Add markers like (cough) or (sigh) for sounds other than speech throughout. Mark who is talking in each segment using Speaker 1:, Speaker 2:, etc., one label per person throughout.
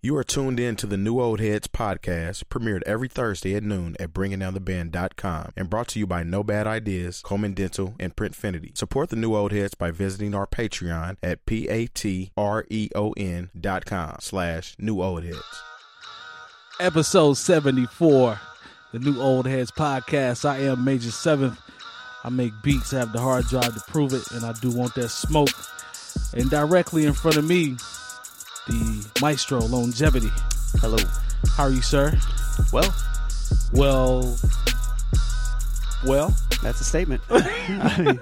Speaker 1: You are tuned in to the New Old Heads podcast, premiered every Thursday at noon at BringingDownTheBand.com and brought to you by No Bad Ideas, Coleman Dental, and Printfinity. Support the New Old Heads by visiting our Patreon at P-A-T-R-E-O-N E dot com slash New Old Heads.
Speaker 2: episode 74, the new Old Heads podcast. I am Major 7th. I make beats, I have the hard drive to prove it, and I do want that smoke. And directly in front of me, the maestro longevity.
Speaker 3: Hello.
Speaker 2: How are you, sir?
Speaker 3: Well,
Speaker 2: Well, well,
Speaker 3: that's
Speaker 2: (laughs)
Speaker 3: a statement. I mean,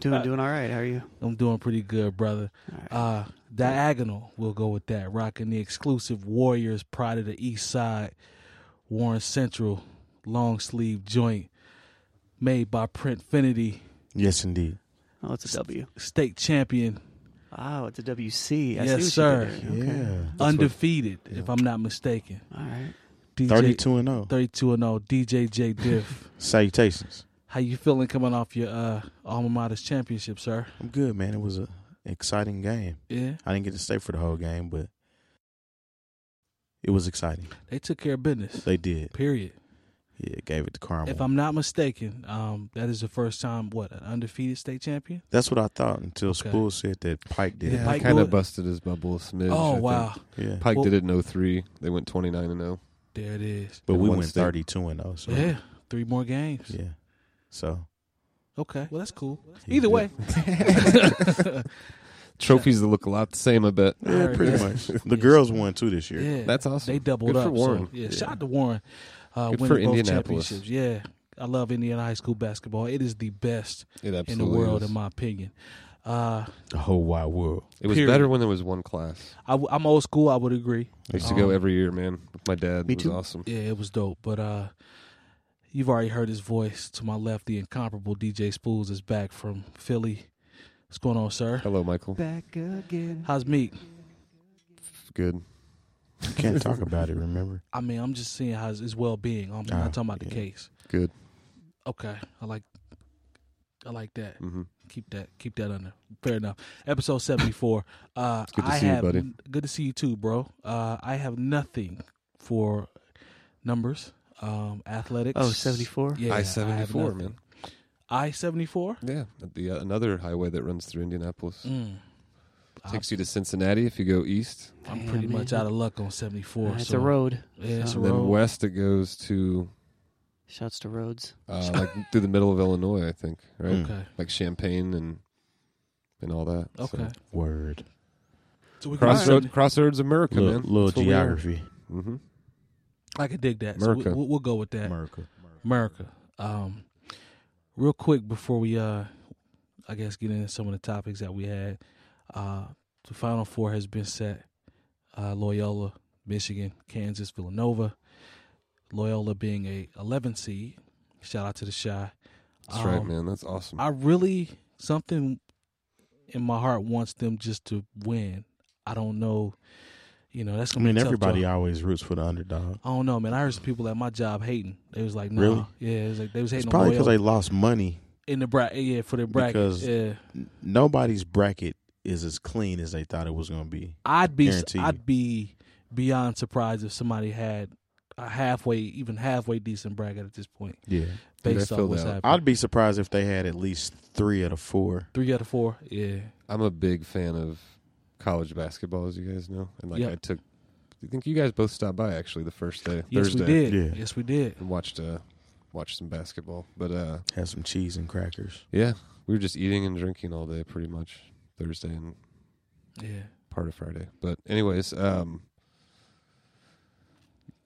Speaker 3: doing doing all right. How are you?
Speaker 2: I'm doing pretty good, brother. Uh, diagonal, we'll go with that. Rocking the exclusive Warriors Pride of the East Side, Warren Central long sleeve joint made by Printfinity,
Speaker 1: Yes, indeed.
Speaker 3: Oh, it's a W.
Speaker 2: state champion,
Speaker 3: Oh, it's a WC.
Speaker 2: Yes,
Speaker 3: I see what you did
Speaker 2: sir.
Speaker 3: there. Okay.
Speaker 1: Yeah.
Speaker 2: undefeated, if I'm not mistaken.
Speaker 3: All right.
Speaker 2: DJ,
Speaker 1: 32 and
Speaker 4: oh.
Speaker 1: 0.
Speaker 2: 32 and 0, DJ J Diff. (laughs)
Speaker 1: Salutations.
Speaker 2: How you feeling coming off your uh, alma mater's championship, sir?
Speaker 1: I'm good, man. It was an exciting game.
Speaker 2: Yeah,
Speaker 1: I didn't get to stay for the whole game, but it was exciting.
Speaker 2: they took care of business.
Speaker 1: They did.
Speaker 2: Period.
Speaker 1: Yeah, gave it to Carmel.
Speaker 2: If I'm not mistaken, um, that is the first time what an undefeated state champion.
Speaker 1: That's what I thought until
Speaker 2: Okay.
Speaker 1: Spool said that Pike did.
Speaker 2: Yeah,
Speaker 1: it.
Speaker 2: Pike
Speaker 4: I kind
Speaker 2: Lewis-
Speaker 4: of busted his bubble a smidge. I
Speaker 2: oh
Speaker 4: think.
Speaker 2: wow,
Speaker 1: Yeah.
Speaker 4: Pike
Speaker 2: Well-
Speaker 4: did it in 03. They went 29 and oh. 0.
Speaker 2: there it is.
Speaker 1: But
Speaker 4: in
Speaker 1: we
Speaker 4: one
Speaker 1: went
Speaker 4: state.
Speaker 1: 32 and 0. So,
Speaker 2: Yeah, three more games.
Speaker 1: Yeah. So,
Speaker 2: Okay, well that's cool.
Speaker 1: Yeah,
Speaker 2: Either
Speaker 1: yeah.
Speaker 2: way,
Speaker 1: (laughs)
Speaker 4: Trophies that look a lot the same, I bet.
Speaker 1: yeah,
Speaker 2: Alright,
Speaker 1: pretty
Speaker 2: yeah. (laughs)
Speaker 1: much. The girls won too this year.
Speaker 2: yeah,
Speaker 4: That's awesome.
Speaker 2: they doubled
Speaker 4: Good
Speaker 2: up.
Speaker 4: for Warren.
Speaker 2: So, yeah,
Speaker 1: Yeah.
Speaker 2: shout out to Warren. Uh,
Speaker 4: Good
Speaker 2: winning
Speaker 4: for
Speaker 2: both
Speaker 4: Indianapolis.
Speaker 2: championships. Yeah, I love Indiana high school basketball. It is the best
Speaker 4: It absolutely
Speaker 2: in the world,
Speaker 4: is.
Speaker 2: in my opinion. Uh,
Speaker 1: The whole wide world.
Speaker 4: It was
Speaker 2: period.
Speaker 4: better when there was one class.
Speaker 2: I, w- I'm old school. I would agree.
Speaker 4: I used to go
Speaker 2: Um,
Speaker 4: every year, man. With my dad.
Speaker 3: me
Speaker 4: it was
Speaker 3: too.
Speaker 4: awesome.
Speaker 2: Yeah, it was dope. But uh you've already heard his voice. To my left, the incomparable DJ Spools is back from Philly. What's going on, sir?
Speaker 4: Hello, Michael.
Speaker 3: Back again.
Speaker 2: How's Meek?
Speaker 4: It's Good.
Speaker 1: You
Speaker 2: (laughs)
Speaker 1: can't talk about it, remember?
Speaker 2: I mean, I'm just seeing how's his well being. I'm
Speaker 1: Ah,
Speaker 2: not talking about the
Speaker 1: yeah.
Speaker 2: case.
Speaker 4: Good.
Speaker 2: Okay. I like I like that.
Speaker 4: hmm
Speaker 2: Keep that keep that under. Fair enough. Episode seventy four. Uh
Speaker 4: good to
Speaker 2: I
Speaker 4: see you,
Speaker 2: have
Speaker 4: buddy.
Speaker 2: good to see you too, bro. Uh I have nothing for numbers. Um athletics.
Speaker 3: Oh, 74?
Speaker 2: Yeah.
Speaker 4: I
Speaker 2: have
Speaker 4: 74,
Speaker 2: nothing.
Speaker 4: man.
Speaker 2: I seventy four?
Speaker 4: Yeah. The, uh, another highway that runs through Indianapolis.
Speaker 2: Mm.
Speaker 4: Takes you to Cincinnati if you go east.
Speaker 2: I'm
Speaker 3: Damn,
Speaker 2: pretty
Speaker 3: man.
Speaker 2: much out of luck on 74.
Speaker 3: Uh, it's
Speaker 2: so-
Speaker 3: a road.
Speaker 2: Yeah, it's a
Speaker 3: So-
Speaker 4: and then
Speaker 2: road.
Speaker 4: west, it goes to
Speaker 3: Shouts to roads.
Speaker 2: (laughs)
Speaker 4: uh, like through the middle of Illinois, I think, right?
Speaker 1: Mm.
Speaker 2: Okay.
Speaker 4: Like Champagne and and all that. So-
Speaker 2: Okay.
Speaker 1: Word.
Speaker 2: So we can
Speaker 4: Crossroad, Crossroads America,
Speaker 1: Little,
Speaker 4: man.
Speaker 1: little geography.
Speaker 4: Mm-hmm.
Speaker 2: I can dig that. So we,
Speaker 4: America.
Speaker 2: we'll, we'll go with that.
Speaker 1: America.
Speaker 2: America. Um, real quick before we, uh, I guess, get into some of the topics that we had. Uh, the Final Four has been set. Uh, Loyola, Michigan, Kansas, Villanova. Loyola being a 11 seed. Shout out to the Shy.
Speaker 4: That's right,
Speaker 2: Um,
Speaker 4: man. That's awesome.
Speaker 2: I really something in my heart wants them just to win. I don't know, you know. That's
Speaker 1: I
Speaker 2: gonna
Speaker 1: mean,
Speaker 2: be tough,
Speaker 1: everybody
Speaker 2: though.
Speaker 1: always roots for the underdog.
Speaker 2: I don't know, man. I heard some people at my job hating. They was like, "No,
Speaker 1: Really?
Speaker 2: yeah." It was like they was
Speaker 1: It's
Speaker 2: hating on
Speaker 1: probably because
Speaker 2: Loyola
Speaker 1: they lost money.
Speaker 2: in the bracket, yeah, for their bracket.
Speaker 1: Because-
Speaker 2: yeah,
Speaker 1: N- Nobody's bracket is as clean as they thought it was going to be.
Speaker 2: I'd be,
Speaker 1: Guarantee you.
Speaker 2: I'd be beyond surprised if somebody had a halfway, even halfway decent bracket at this point,
Speaker 1: Yeah.
Speaker 4: Dude, I
Speaker 2: based off
Speaker 4: feel
Speaker 2: what's
Speaker 4: that.
Speaker 2: happening.
Speaker 1: I'd be surprised if they had at least three out of four.
Speaker 2: Three out of four, yeah.
Speaker 4: I'm a big fan of college basketball, as you guys know. And like,
Speaker 2: Yeah.
Speaker 4: I took. I think you guys both stopped by actually the first day,
Speaker 2: Yes,
Speaker 4: Thursday,
Speaker 2: we did.
Speaker 1: Yeah.
Speaker 2: Yes, we did.
Speaker 4: and watched uh, watched some basketball. But uh,
Speaker 1: Had some cheese and crackers.
Speaker 4: yeah, we were just eating and drinking all day, pretty much Thursday and
Speaker 2: Yeah.
Speaker 4: part of Friday. But anyways, um,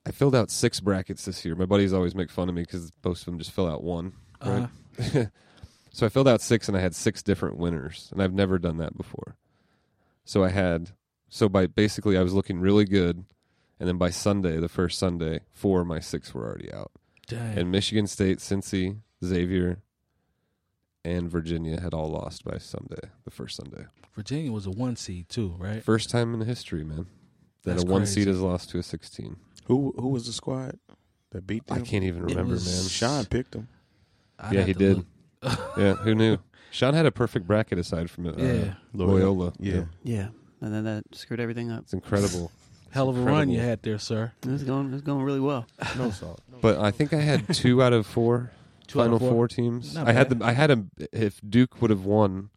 Speaker 4: I filled out six brackets this year. My buddies always make fun of me because most of them just fill out one.
Speaker 2: Uh-huh.
Speaker 4: Right. so I filled out six and I had six different winners, and I've never done that before. So I had so by basically I was looking really good, and then by Sunday, the first Sunday, four of my six were already out.
Speaker 2: Dang.
Speaker 4: And Michigan State, Cincy, Xavier, and Virginia had all lost by Sunday, the first Sunday.
Speaker 2: Virginia was a one seed too, right?
Speaker 4: First time in history, man, that
Speaker 2: That's
Speaker 4: a one
Speaker 2: crazy.
Speaker 4: seed has lost to a sixteen.
Speaker 1: Who who was the squad that beat them?
Speaker 4: I can't even remember,
Speaker 2: was-
Speaker 4: man.
Speaker 1: Sean picked them.
Speaker 2: I'd
Speaker 4: Yeah,
Speaker 2: have
Speaker 4: he
Speaker 2: to
Speaker 4: did.
Speaker 2: look. (laughs)
Speaker 4: Yeah, who knew? Sean had a perfect bracket aside from it. Uh,
Speaker 2: Yeah.
Speaker 4: Loyola.
Speaker 1: Yeah.
Speaker 3: Yeah. And then that screwed everything up.
Speaker 4: It's incredible.
Speaker 2: Hell of a run you
Speaker 4: incredible.
Speaker 2: had there, sir.
Speaker 3: It's going, it's going really well.
Speaker 1: No salt.
Speaker 4: But I think I had two out of four
Speaker 2: Two out
Speaker 4: final
Speaker 2: of
Speaker 4: four. teams.
Speaker 2: Not
Speaker 4: I had
Speaker 2: bad.
Speaker 4: them. I had them. If Duke would have won,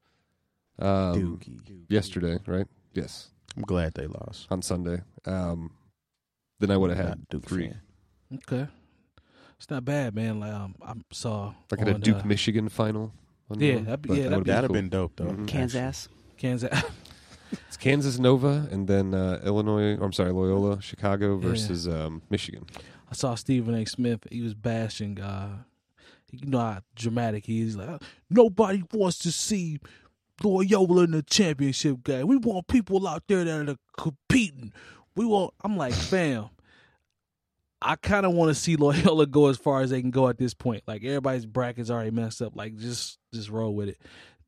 Speaker 4: um,
Speaker 1: Dookie.
Speaker 4: yesterday, right? Yes,
Speaker 1: I'm glad they lost.
Speaker 4: on Sunday. Um, then I would have had
Speaker 1: Not Duke
Speaker 4: three.
Speaker 1: fan.
Speaker 2: Okay, it's not bad, man. Like um, I saw
Speaker 4: like at a
Speaker 2: on,
Speaker 4: Duke
Speaker 2: uh,
Speaker 4: Michigan final. on
Speaker 2: Yeah,
Speaker 4: one,
Speaker 2: that'd be-
Speaker 4: but
Speaker 2: yeah, that'd
Speaker 4: would've
Speaker 1: That'd have
Speaker 4: cool.
Speaker 1: been dope though.
Speaker 3: Mm-hmm.
Speaker 4: Mhm.
Speaker 3: Kansas.
Speaker 1: Actually.
Speaker 2: Kansas. (laughs)
Speaker 4: It's Kansas Nova and then uh, Illinois. I'm sorry, Loyola Chicago
Speaker 2: Yeah.
Speaker 4: versus um, Michigan.
Speaker 2: I saw Stephen A. Smith. He was bashing. Uh, you know how dramatic he is. Like nobody wants to see Loyola in the championship game. We want people out there that are competing. We want. I'm
Speaker 4: (laughs)
Speaker 2: like, fam. I kind of want to see Loyola go as far as they can go at this point. Like everybody's brackets already messed up. Like just just roll with it.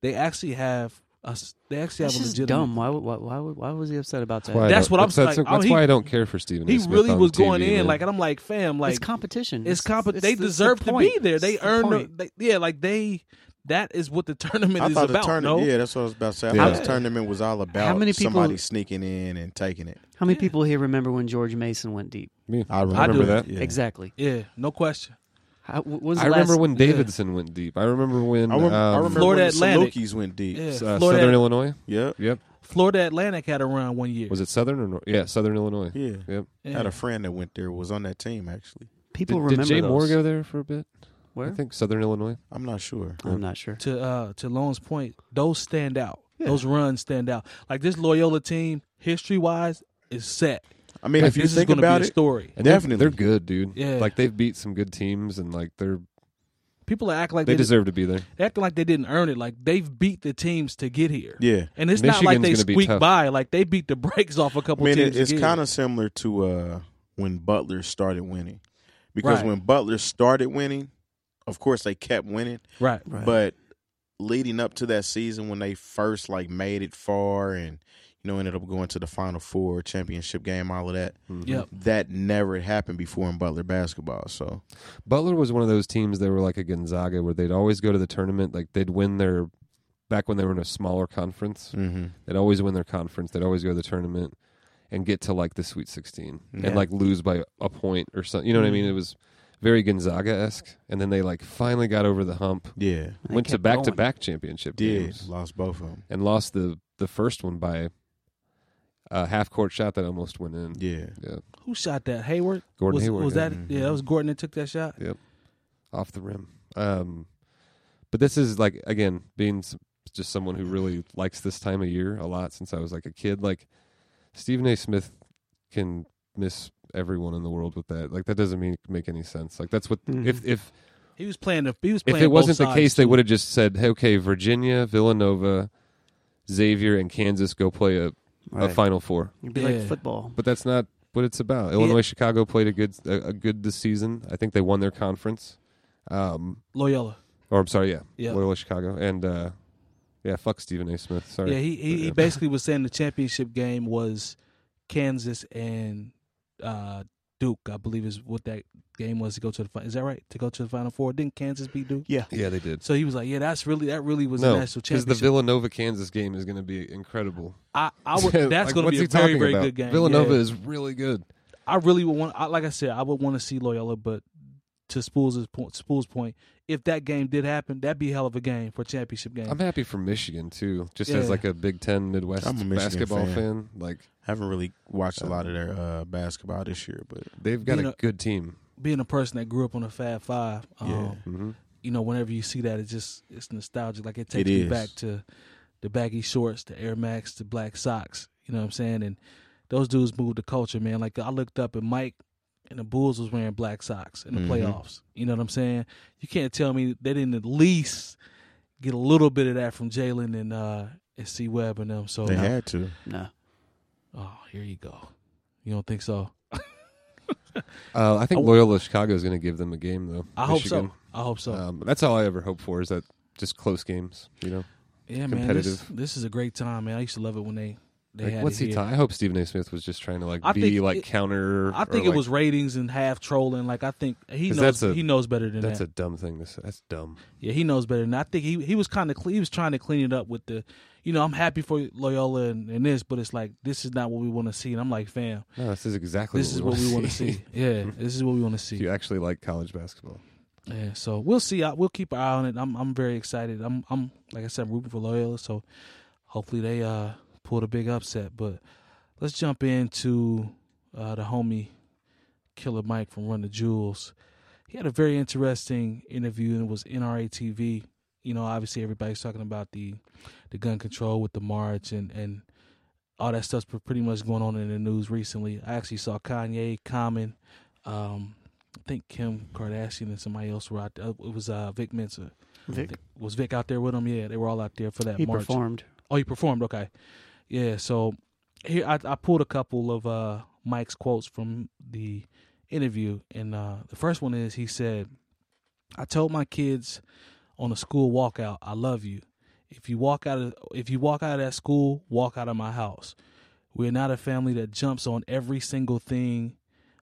Speaker 2: They actually have us. They actually
Speaker 3: That's
Speaker 2: have a
Speaker 3: just
Speaker 2: legitimate.
Speaker 3: dumb. Why, would- why, why, would- why was he upset about that?
Speaker 4: Why I
Speaker 2: That's
Speaker 4: don't-
Speaker 2: what I'm
Speaker 4: that's,
Speaker 2: like,
Speaker 4: That's
Speaker 2: oh, he-
Speaker 4: why I don't care for Stephen. A.
Speaker 2: He
Speaker 4: Smith
Speaker 2: really
Speaker 4: on
Speaker 2: was
Speaker 4: TV,
Speaker 2: going in
Speaker 4: man.
Speaker 2: like, and I'm like, fam, like
Speaker 3: it's competition.
Speaker 2: it's competition. They
Speaker 3: it's the- it's the
Speaker 2: deserve to be
Speaker 3: point.
Speaker 2: there. They
Speaker 3: It's the
Speaker 2: earn. The
Speaker 3: point.
Speaker 2: they, yeah, like they. That is what the (laughs) tournament
Speaker 1: I
Speaker 2: is
Speaker 1: thought
Speaker 2: about.
Speaker 1: the tournament.
Speaker 2: no?
Speaker 1: Yeah, that's what I was about to say. I
Speaker 4: Yeah.
Speaker 1: thought the tournament was all about
Speaker 3: many people-
Speaker 1: somebody sneaking in and taking it.
Speaker 3: How many
Speaker 2: Yeah.
Speaker 3: people here remember when George Mason went deep?
Speaker 4: Me.
Speaker 1: I
Speaker 2: remember
Speaker 4: that.
Speaker 1: Yeah.
Speaker 3: Exactly.
Speaker 2: yeah, no question.
Speaker 3: How, what was the
Speaker 4: I remember
Speaker 3: last-
Speaker 4: when Davidson went deep. I remember when
Speaker 1: I remember,
Speaker 4: um,
Speaker 1: I remember
Speaker 2: Florida
Speaker 1: when
Speaker 2: Atlantic.
Speaker 1: the Salukis went deep.
Speaker 2: Yeah,
Speaker 4: uh,
Speaker 2: Florida,
Speaker 4: Southern Illinois.
Speaker 1: Yep.
Speaker 4: Yep.
Speaker 2: Florida Atlantic had a run one year.
Speaker 4: Was it Southern or Nor- yeah Southern Illinois?
Speaker 1: Yeah.
Speaker 4: Yep.
Speaker 1: I
Speaker 2: Yeah.
Speaker 1: had a friend that went there was on that team actually.
Speaker 3: people
Speaker 4: did,
Speaker 3: remember
Speaker 4: did Jay
Speaker 3: those.
Speaker 4: Moore go there for a bit? I
Speaker 3: Where?
Speaker 4: think Southern Illinois.
Speaker 1: I'm not sure.
Speaker 3: I'm not sure.
Speaker 2: to uh to Lone's point, those stand out.
Speaker 3: Yeah.
Speaker 2: Those runs stand out. Like this Loyola team, history wise, is set.
Speaker 1: I mean,
Speaker 2: Like,
Speaker 1: if you
Speaker 2: this
Speaker 1: think
Speaker 2: is gonna
Speaker 1: about
Speaker 2: be a
Speaker 1: it,
Speaker 2: story.
Speaker 4: And they're-
Speaker 1: Definitely.
Speaker 4: they're, good, dude.
Speaker 2: Yeah.
Speaker 4: like they've beat some good teams, and like they're
Speaker 2: People act like
Speaker 4: they
Speaker 2: they,
Speaker 4: deserve to be there.
Speaker 2: they acting like they didn't earn it. Like they've beat the teams to get here,
Speaker 1: yeah.
Speaker 2: and it's not like they
Speaker 4: Michigan's gonna be
Speaker 2: squeak
Speaker 4: tough.
Speaker 2: by. Like they beat the brakes off a
Speaker 1: I
Speaker 2: couple
Speaker 1: mean,
Speaker 2: teams.
Speaker 1: it, it's kind
Speaker 2: of
Speaker 1: of similar to uh, when Butler started winning, because
Speaker 2: Right.
Speaker 1: when Butler started winning, of course they kept winning,
Speaker 2: right.
Speaker 3: Right.
Speaker 1: but leading up to that season when they first like made it far and you know ended up going to the Final Four championship game, all of that,
Speaker 4: Mm-hmm.
Speaker 2: Yep.
Speaker 1: that never happened before in Butler basketball. So
Speaker 4: Butler was one of those teams that were like a Gonzaga, where they'd always go to the tournament. Like they'd win their back when they were in a smaller conference.
Speaker 1: mm-hmm.
Speaker 4: They'd always win their conference. They'd always go to the tournament and get to like the Sweet 16
Speaker 1: Yeah.
Speaker 4: and like lose by a point or something. You know what I mean? It was very Gonzaga esque. And then they like finally got over the hump,
Speaker 1: yeah,
Speaker 3: They
Speaker 4: went to
Speaker 3: kept
Speaker 4: back to
Speaker 3: going.
Speaker 4: back championship
Speaker 1: did
Speaker 4: games,
Speaker 1: lost both of them.
Speaker 4: and lost the the first one by a half court shot that almost went in.
Speaker 1: Yeah,
Speaker 4: Yeah,
Speaker 2: Who shot that? Hayward.
Speaker 4: Gordon
Speaker 2: was,
Speaker 4: Hayward
Speaker 2: was
Speaker 4: yeah,
Speaker 2: that? Yeah, that was Gordon that took that shot.
Speaker 4: off the rim. Um, but this is like again being s- just someone who really likes this time of year a lot since I was like a kid. Like Stephen A. Smith can miss everyone in the world with that. Like that doesn't mean make any sense. Like that's what
Speaker 3: Mhm.
Speaker 4: if if
Speaker 2: He was playing the. He was
Speaker 4: if
Speaker 2: playing.
Speaker 4: it wasn't
Speaker 2: Mm-hmm. both
Speaker 4: the
Speaker 2: sides,
Speaker 4: case, they
Speaker 2: too.
Speaker 4: would have just said, hey, "Okay, Virginia, Villanova, Xavier, and Kansas go play a, a
Speaker 3: Right.
Speaker 4: Final Four.
Speaker 3: It'd be
Speaker 2: Yeah.
Speaker 3: like football.
Speaker 4: But that's not what it's about. Illinois, Chicago played a good a, a good this season. I think they won their conference. Um,
Speaker 2: Loyola.
Speaker 4: or I'm sorry, yeah,
Speaker 2: Yeah.
Speaker 4: Loyola Chicago, and uh, yeah, fuck Stephen A. Smith. Sorry,
Speaker 2: Yeah, he he,
Speaker 4: But,
Speaker 2: he
Speaker 4: yeah.
Speaker 2: basically was saying the championship game was Kansas and uh, Duke. I believe is what that game was to go to the. fi- Is that right? To go to the Final Four. Didn't Kansas beat Duke?
Speaker 3: Yeah.
Speaker 4: yeah, they did.
Speaker 2: So he was like, "Yeah, that's really that really was a
Speaker 4: no,
Speaker 2: national
Speaker 4: because the
Speaker 2: championship."
Speaker 4: Villanova Kansas game is going to be incredible.
Speaker 2: I, I
Speaker 4: (laughs)
Speaker 2: would. That's going
Speaker 4: Like,
Speaker 2: to
Speaker 4: what's
Speaker 2: be
Speaker 4: he
Speaker 2: a very
Speaker 4: talking
Speaker 2: very
Speaker 4: about?
Speaker 2: good game.
Speaker 4: Villanova
Speaker 2: Yeah.
Speaker 4: is really good.
Speaker 2: I really would want. I, like I said, I would want to see Loyola, but to Spools' point, Spools' point, if that game did happen, that'd be a hell of a game for a championship game.
Speaker 4: I'm happy for Michigan too, just as
Speaker 2: Yeah.
Speaker 4: like a Big Ten Midwest
Speaker 1: I'm a Michigan
Speaker 4: basketball
Speaker 1: fan.
Speaker 4: fan. Like
Speaker 1: haven't really watched a lot of their uh, basketball this year, but
Speaker 4: they've got
Speaker 2: You
Speaker 4: a
Speaker 2: know-
Speaker 4: good team.
Speaker 2: Being a person that grew up on a Fab Five, um,
Speaker 1: Yeah.
Speaker 4: hmm
Speaker 2: you know, whenever you see that, it just it's nostalgic. Like it
Speaker 1: It
Speaker 2: takes me
Speaker 1: is.
Speaker 2: back to the baggy shorts, the Air Max, the black socks. You know what I'm saying? And those dudes moved the culture, man. Like I looked up and Mike and the Bulls was wearing black socks in the
Speaker 4: Mm-hmm.
Speaker 1: Mhm.
Speaker 2: playoffs. You know what I'm saying? You can't tell me they didn't at least get a little bit of that from Jalen and uh and C Web and them. So
Speaker 1: they had to.
Speaker 3: No.
Speaker 2: oh, here you go. You don't think so?
Speaker 4: Uh, I think
Speaker 2: I w-
Speaker 4: Loyola Chicago is going to give them a game though.
Speaker 2: I
Speaker 4: Michigan.
Speaker 2: hope so. I hope so.
Speaker 4: Um, that's all I ever hope for is that just close games. You know,
Speaker 2: yeah, man. This,
Speaker 4: competitive.
Speaker 2: this is a great time, man. I used to love it when they they
Speaker 4: Like,
Speaker 2: had
Speaker 4: what's
Speaker 2: it
Speaker 4: he?
Speaker 2: here.
Speaker 4: ta- I hope Stephen A. Smith was just trying to like
Speaker 2: I
Speaker 4: be
Speaker 2: think
Speaker 4: like
Speaker 2: it-
Speaker 4: counter.
Speaker 2: I
Speaker 4: or,
Speaker 2: think it
Speaker 4: like,
Speaker 2: was ratings and half trolling. Like I think he
Speaker 4: 'Cause
Speaker 2: knows
Speaker 4: that's a-
Speaker 2: he knows better than
Speaker 4: That's
Speaker 2: that.
Speaker 4: a dumb thing to say. That's dumb.
Speaker 2: yeah, he knows better than that. I think he he was kind of cle he was trying to clean it up with the, you you know, I'm happy for Loyola and, and this, but it's like this is not what we want to see. And I'm like, fam,
Speaker 4: No, this is exactly
Speaker 2: this is what we want
Speaker 4: (laughs)
Speaker 2: to see. Yeah, this is what we want to
Speaker 4: if
Speaker 2: see.
Speaker 4: you actually like college basketball,
Speaker 2: Yeah, so we'll see. I, we'll keep an eye on it. I'm I'm very excited. I'm I'm like I said, I'm rooting for Loyola, so hopefully they uh pull the big upset. But let's jump into uh, the homie Killer Mike from Run the Jewels. He had a very interesting interview and it was NRA TV. You know, obviously everybody's talking about the the gun control with the march and and all that stuff's pre- pretty much going on in the news recently. I actually saw Kanye, Common, um, I think Kim Kardashian and somebody else were out. There. It was uh, Vic Mensa.
Speaker 3: Vic,
Speaker 2: Was Vic out there with him? Yeah, they were all out there for that
Speaker 3: he
Speaker 2: march.
Speaker 3: performed.
Speaker 2: Oh, he performed. Okay, yeah. So here I, I pulled a couple of uh, Mike's quotes from the interview, and uh, the first one is he said, "I told my kids on a school walkout, I love you. If you walk out of if you walk out of that school, walk out of my house. We're not a family that jumps on every single thing."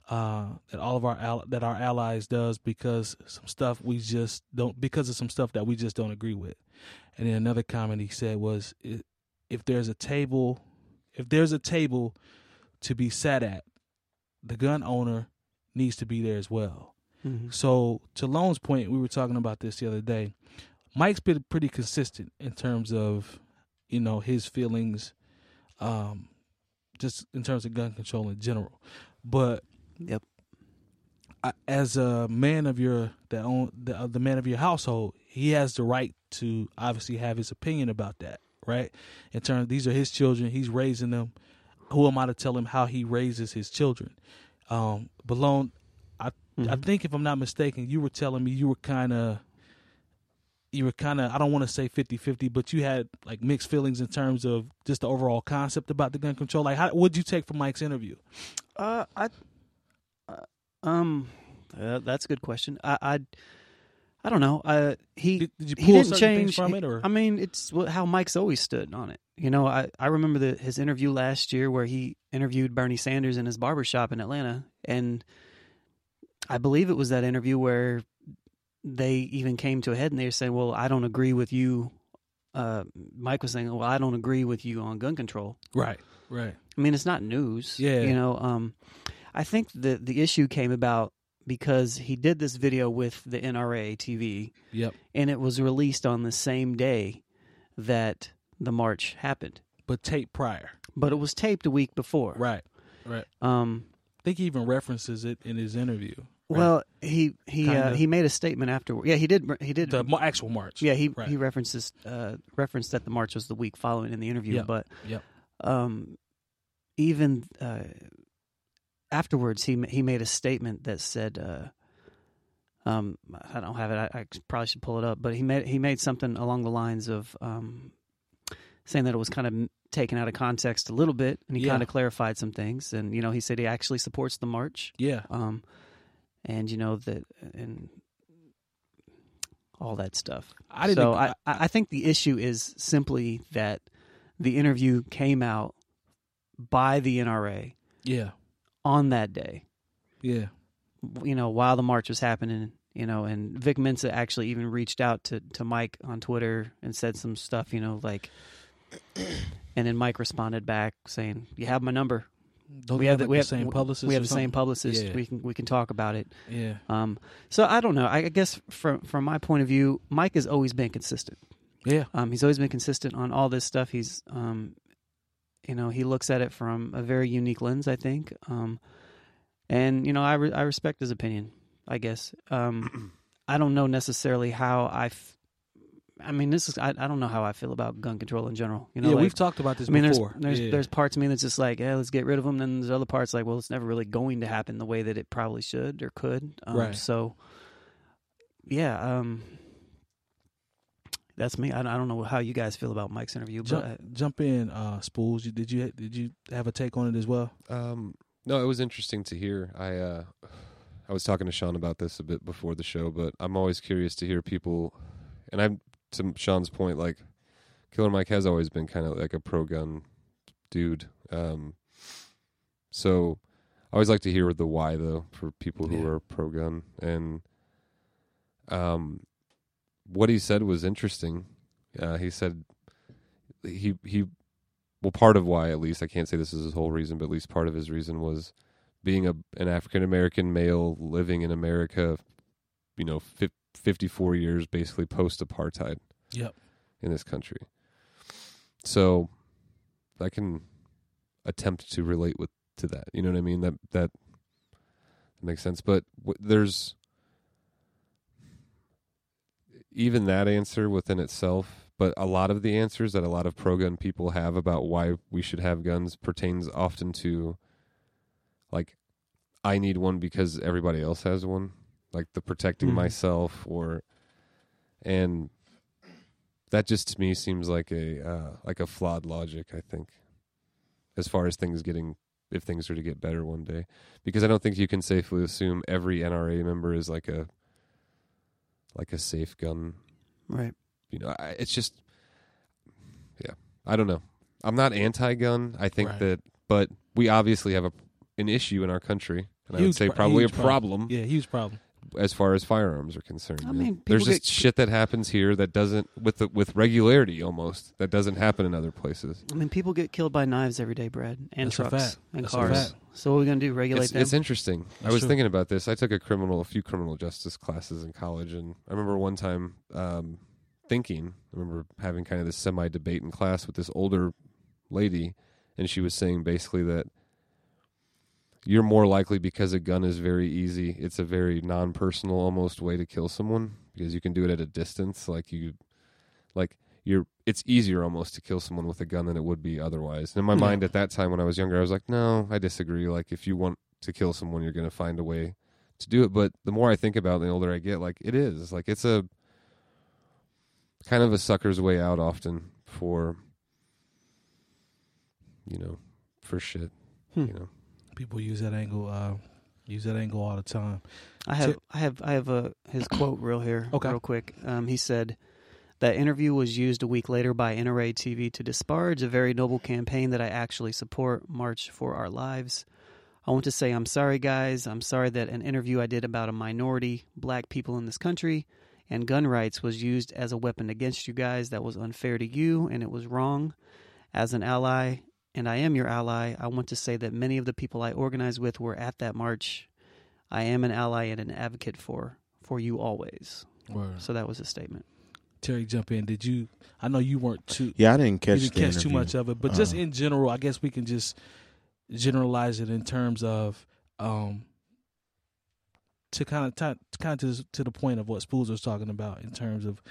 Speaker 2: Uh, that all of our al- that our allies does because some stuff we just don't because of some stuff that we just don't agree with. And then another comment he said was, "I- "If there's a table, if there's a table to be sat at, the gun owner needs to be there as well."
Speaker 3: Mhm.
Speaker 2: So to Lone's point, we were talking about this the other day. Mike's been pretty consistent in terms of, you know, his feelings, um, just in terms of gun control in general. But
Speaker 3: Yep.
Speaker 2: I- as a man of your that own the, uh, the man of your household, he has the right to obviously have his opinion about that, right? In terms, these are his children. He's raising them. Who am I to tell him how he raises his children? Um, Balone, I
Speaker 3: Mm-hmm.
Speaker 2: I think if I'm not mistaken, you were telling me you were kind of you were kind of I don't want to say 50-50, but you had like mixed feelings in terms of just the overall concept about the gun control. Like, how what'd you take from Mike's interview?
Speaker 3: Uh, I, uh, um, uh, that's a good question. I, I, I don't know. Uh, he
Speaker 2: Did, did you
Speaker 3: he
Speaker 2: pull
Speaker 3: didn't
Speaker 2: certain things
Speaker 3: change
Speaker 2: from it, or
Speaker 3: I mean, it's wh- how Mike's always stood on it. You know, I I remember the, his interview last year where he interviewed Bernie Sanders in his barber shop in Atlanta, and I believe it was that interview where they even came to a head and they were saying, "Well, I don't agree with you." Uh, Mike was saying, "Well, I don't agree with you on gun control."
Speaker 2: right, right,
Speaker 3: I mean, it's not news.
Speaker 2: Yeah.
Speaker 3: You know, um, I think the the issue came about because he did this video with the NRA TV,
Speaker 2: yep.
Speaker 3: and it was released on the same day that the march happened,
Speaker 2: but tape prior.
Speaker 3: but it was taped a week before.
Speaker 2: Right.
Speaker 3: Um.
Speaker 2: I think he even references it in his interview. Right.
Speaker 3: Well, he he uh,
Speaker 2: Kinda.
Speaker 3: he made a statement afterward. Yeah, he did. He did.
Speaker 2: The mar- actual march.
Speaker 3: yeah, he
Speaker 2: right.
Speaker 3: he references uh, referenced that the march was the week following in the interview,
Speaker 2: Yep.
Speaker 3: but
Speaker 2: Yep.
Speaker 3: um, even uh, afterwards, he ma- he made a statement that said, uh, um, I don't have it. I, I probably should pull it up, but he made he made something along the lines of um, saying that it was kind of taken out of context a little bit, and he
Speaker 2: Yeah.
Speaker 3: kind of clarified some things. And you know, he said he actually supports the march,
Speaker 2: Yeah.
Speaker 3: um, and you know that and all that stuff
Speaker 2: I didn't.
Speaker 3: so
Speaker 2: ag-
Speaker 3: I, I I think the issue is simply that the interview came out by the NRA
Speaker 2: yeah.
Speaker 3: on that day,
Speaker 2: Yeah.
Speaker 3: you know, while the march was happening, you know, and Vic Mensa actually even reached out to, to Mike on Twitter and said some stuff, you know, like, (clears throat) and then Mike responded back saying, you have my number.
Speaker 2: Don't Oh,
Speaker 3: we
Speaker 2: they
Speaker 3: have, the,
Speaker 2: like
Speaker 3: we have
Speaker 2: same
Speaker 3: we-
Speaker 2: publicist.
Speaker 3: We
Speaker 2: or
Speaker 3: have the same
Speaker 2: something?
Speaker 3: publicist.
Speaker 2: Yeah.
Speaker 3: We can, we can talk about it.
Speaker 2: Yeah.
Speaker 3: Um, so I don't know. I, I guess from, from my point of view, Mike has always been consistent.
Speaker 2: Yeah.
Speaker 3: Um, he's always been consistent on all this stuff. He's, um, you know, he looks at it from a very unique lens, I think. Um, and you know, I re- I respect his opinion. I guess.
Speaker 2: (clears throat)
Speaker 3: Um, I don't know necessarily how I. F- I mean, this is I, I don't know how I feel about gun control in general. You know,
Speaker 2: yeah.
Speaker 3: like,
Speaker 2: we've talked about this
Speaker 3: I mean, there's
Speaker 2: before.
Speaker 3: there's,
Speaker 2: yeah.
Speaker 3: there's parts of me that's just like, yeah, let's get rid of them. Then there's other parts like, well, it's never really going to happen the way that it probably should or could. Um,
Speaker 2: Right.
Speaker 3: So, yeah, um, that's me. I, I don't know how you guys feel about Mike's interview, but
Speaker 2: jump, jump in, uh, spools. You, did you did you have a take on it as well?
Speaker 4: um, no, it was interesting to hear. I uh, I was talking to Sean about this a bit before the show, but I'm always curious to hear people. And I'm to Sean's point, like Killer Mike has always been kind of like a pro gun dude. Um, so I always like to hear the why though for people who
Speaker 2: Yeah.
Speaker 4: are pro gun and um, what he said was interesting. Uh, he said he he well part of why at least I can't say this is his whole reason, but at least part of his reason was being a an African American male living in America, you know, fif- 54 years basically post apartheid.
Speaker 2: Yep.
Speaker 4: In this country. So I can attempt to relate with to that. You know what I mean? That that makes sense, but w- there's even that answer within itself, but a lot of the answers that a lot of pro gun people have about why we should have guns pertains often to like I need one because everybody else has one, like the protecting
Speaker 3: Mhm.
Speaker 4: myself or and that just to me seems like a uh, like a flawed logic, I think. As far as things getting if things are to get better one day because I don't think you can safely assume every NRA member is like a like a safe gun
Speaker 3: Right.
Speaker 4: you know, I, it's just, yeah, I don't know. I'm not anti-gun. I think
Speaker 2: Right.
Speaker 4: that, but we obviously have a an issue in our country, and I would
Speaker 2: Huge
Speaker 4: say
Speaker 2: pro-
Speaker 4: probably a
Speaker 2: huge problem.
Speaker 4: problem
Speaker 2: Mm-hmm. Yeah, huge problem.
Speaker 4: as far as firearms are concerned.
Speaker 3: I
Speaker 4: yeah.
Speaker 3: mean,
Speaker 4: there's
Speaker 3: people
Speaker 4: just
Speaker 3: get-
Speaker 4: shit that happens here that doesn't with the, with regularity almost that doesn't happen in other places.
Speaker 3: I mean, people get killed by knives every day, Brad, and
Speaker 2: That's a
Speaker 3: trucks
Speaker 2: fact.
Speaker 3: and
Speaker 2: That's a
Speaker 3: cars.
Speaker 2: fact.
Speaker 3: So what are we gonna do? Regulate
Speaker 4: It's,
Speaker 3: them?
Speaker 4: it's interesting. I
Speaker 2: That's
Speaker 4: was
Speaker 2: true.
Speaker 4: thinking about this. I took a criminal, a few criminal justice classes in college, and I remember one time um, thinking. I remember having kind of this semi debate in class with this older lady, and she was saying basically that you're more likely because a gun is very easy. It's a very non-personal, almost way to kill someone because you can do it at a distance. Like you, like you're. It's easier almost to kill someone with a gun than it would be otherwise. And in my
Speaker 3: Yeah.
Speaker 4: mind, at that time when I was younger, I was like, no, I disagree. Like if you want to kill someone, you're going to find a way to do it. But the more I think about it, the older I get, like it is. Like it's a kind of a sucker's way out often for you know for shit.
Speaker 3: Hmm.
Speaker 4: You know.
Speaker 2: People use that angle. Uh, use that angle all the time.
Speaker 3: I have,
Speaker 2: to-
Speaker 3: I have, I have uh, his quote real here,
Speaker 2: Okay.
Speaker 3: real quick. Um, he said that interview was used a week later by NRA TV to disparage a very noble campaign that I actually support, March for Our Lives. I want to say I'm sorry, guys. I'm sorry that an interview I did about a minority, black people in this country, and gun rights was used as a weapon against you guys. That was unfair to you, and it was wrong. As an ally, and I am your ally, I want to say that many of the people I organized with were at that march I am an ally and an advocate for for you always.
Speaker 2: Word.
Speaker 3: So that was a statement.
Speaker 2: Terry, jump in. Did you? I know you weren't too.
Speaker 1: Yeah, I didn't catch
Speaker 2: you didn't
Speaker 1: the
Speaker 2: catch too
Speaker 1: interview.
Speaker 2: much of it. But just
Speaker 1: Uh-uh.
Speaker 2: in general, I guess we can just generalize it in terms of um, to kind of t- to kind of to, to the point of what Spools was talking about in terms of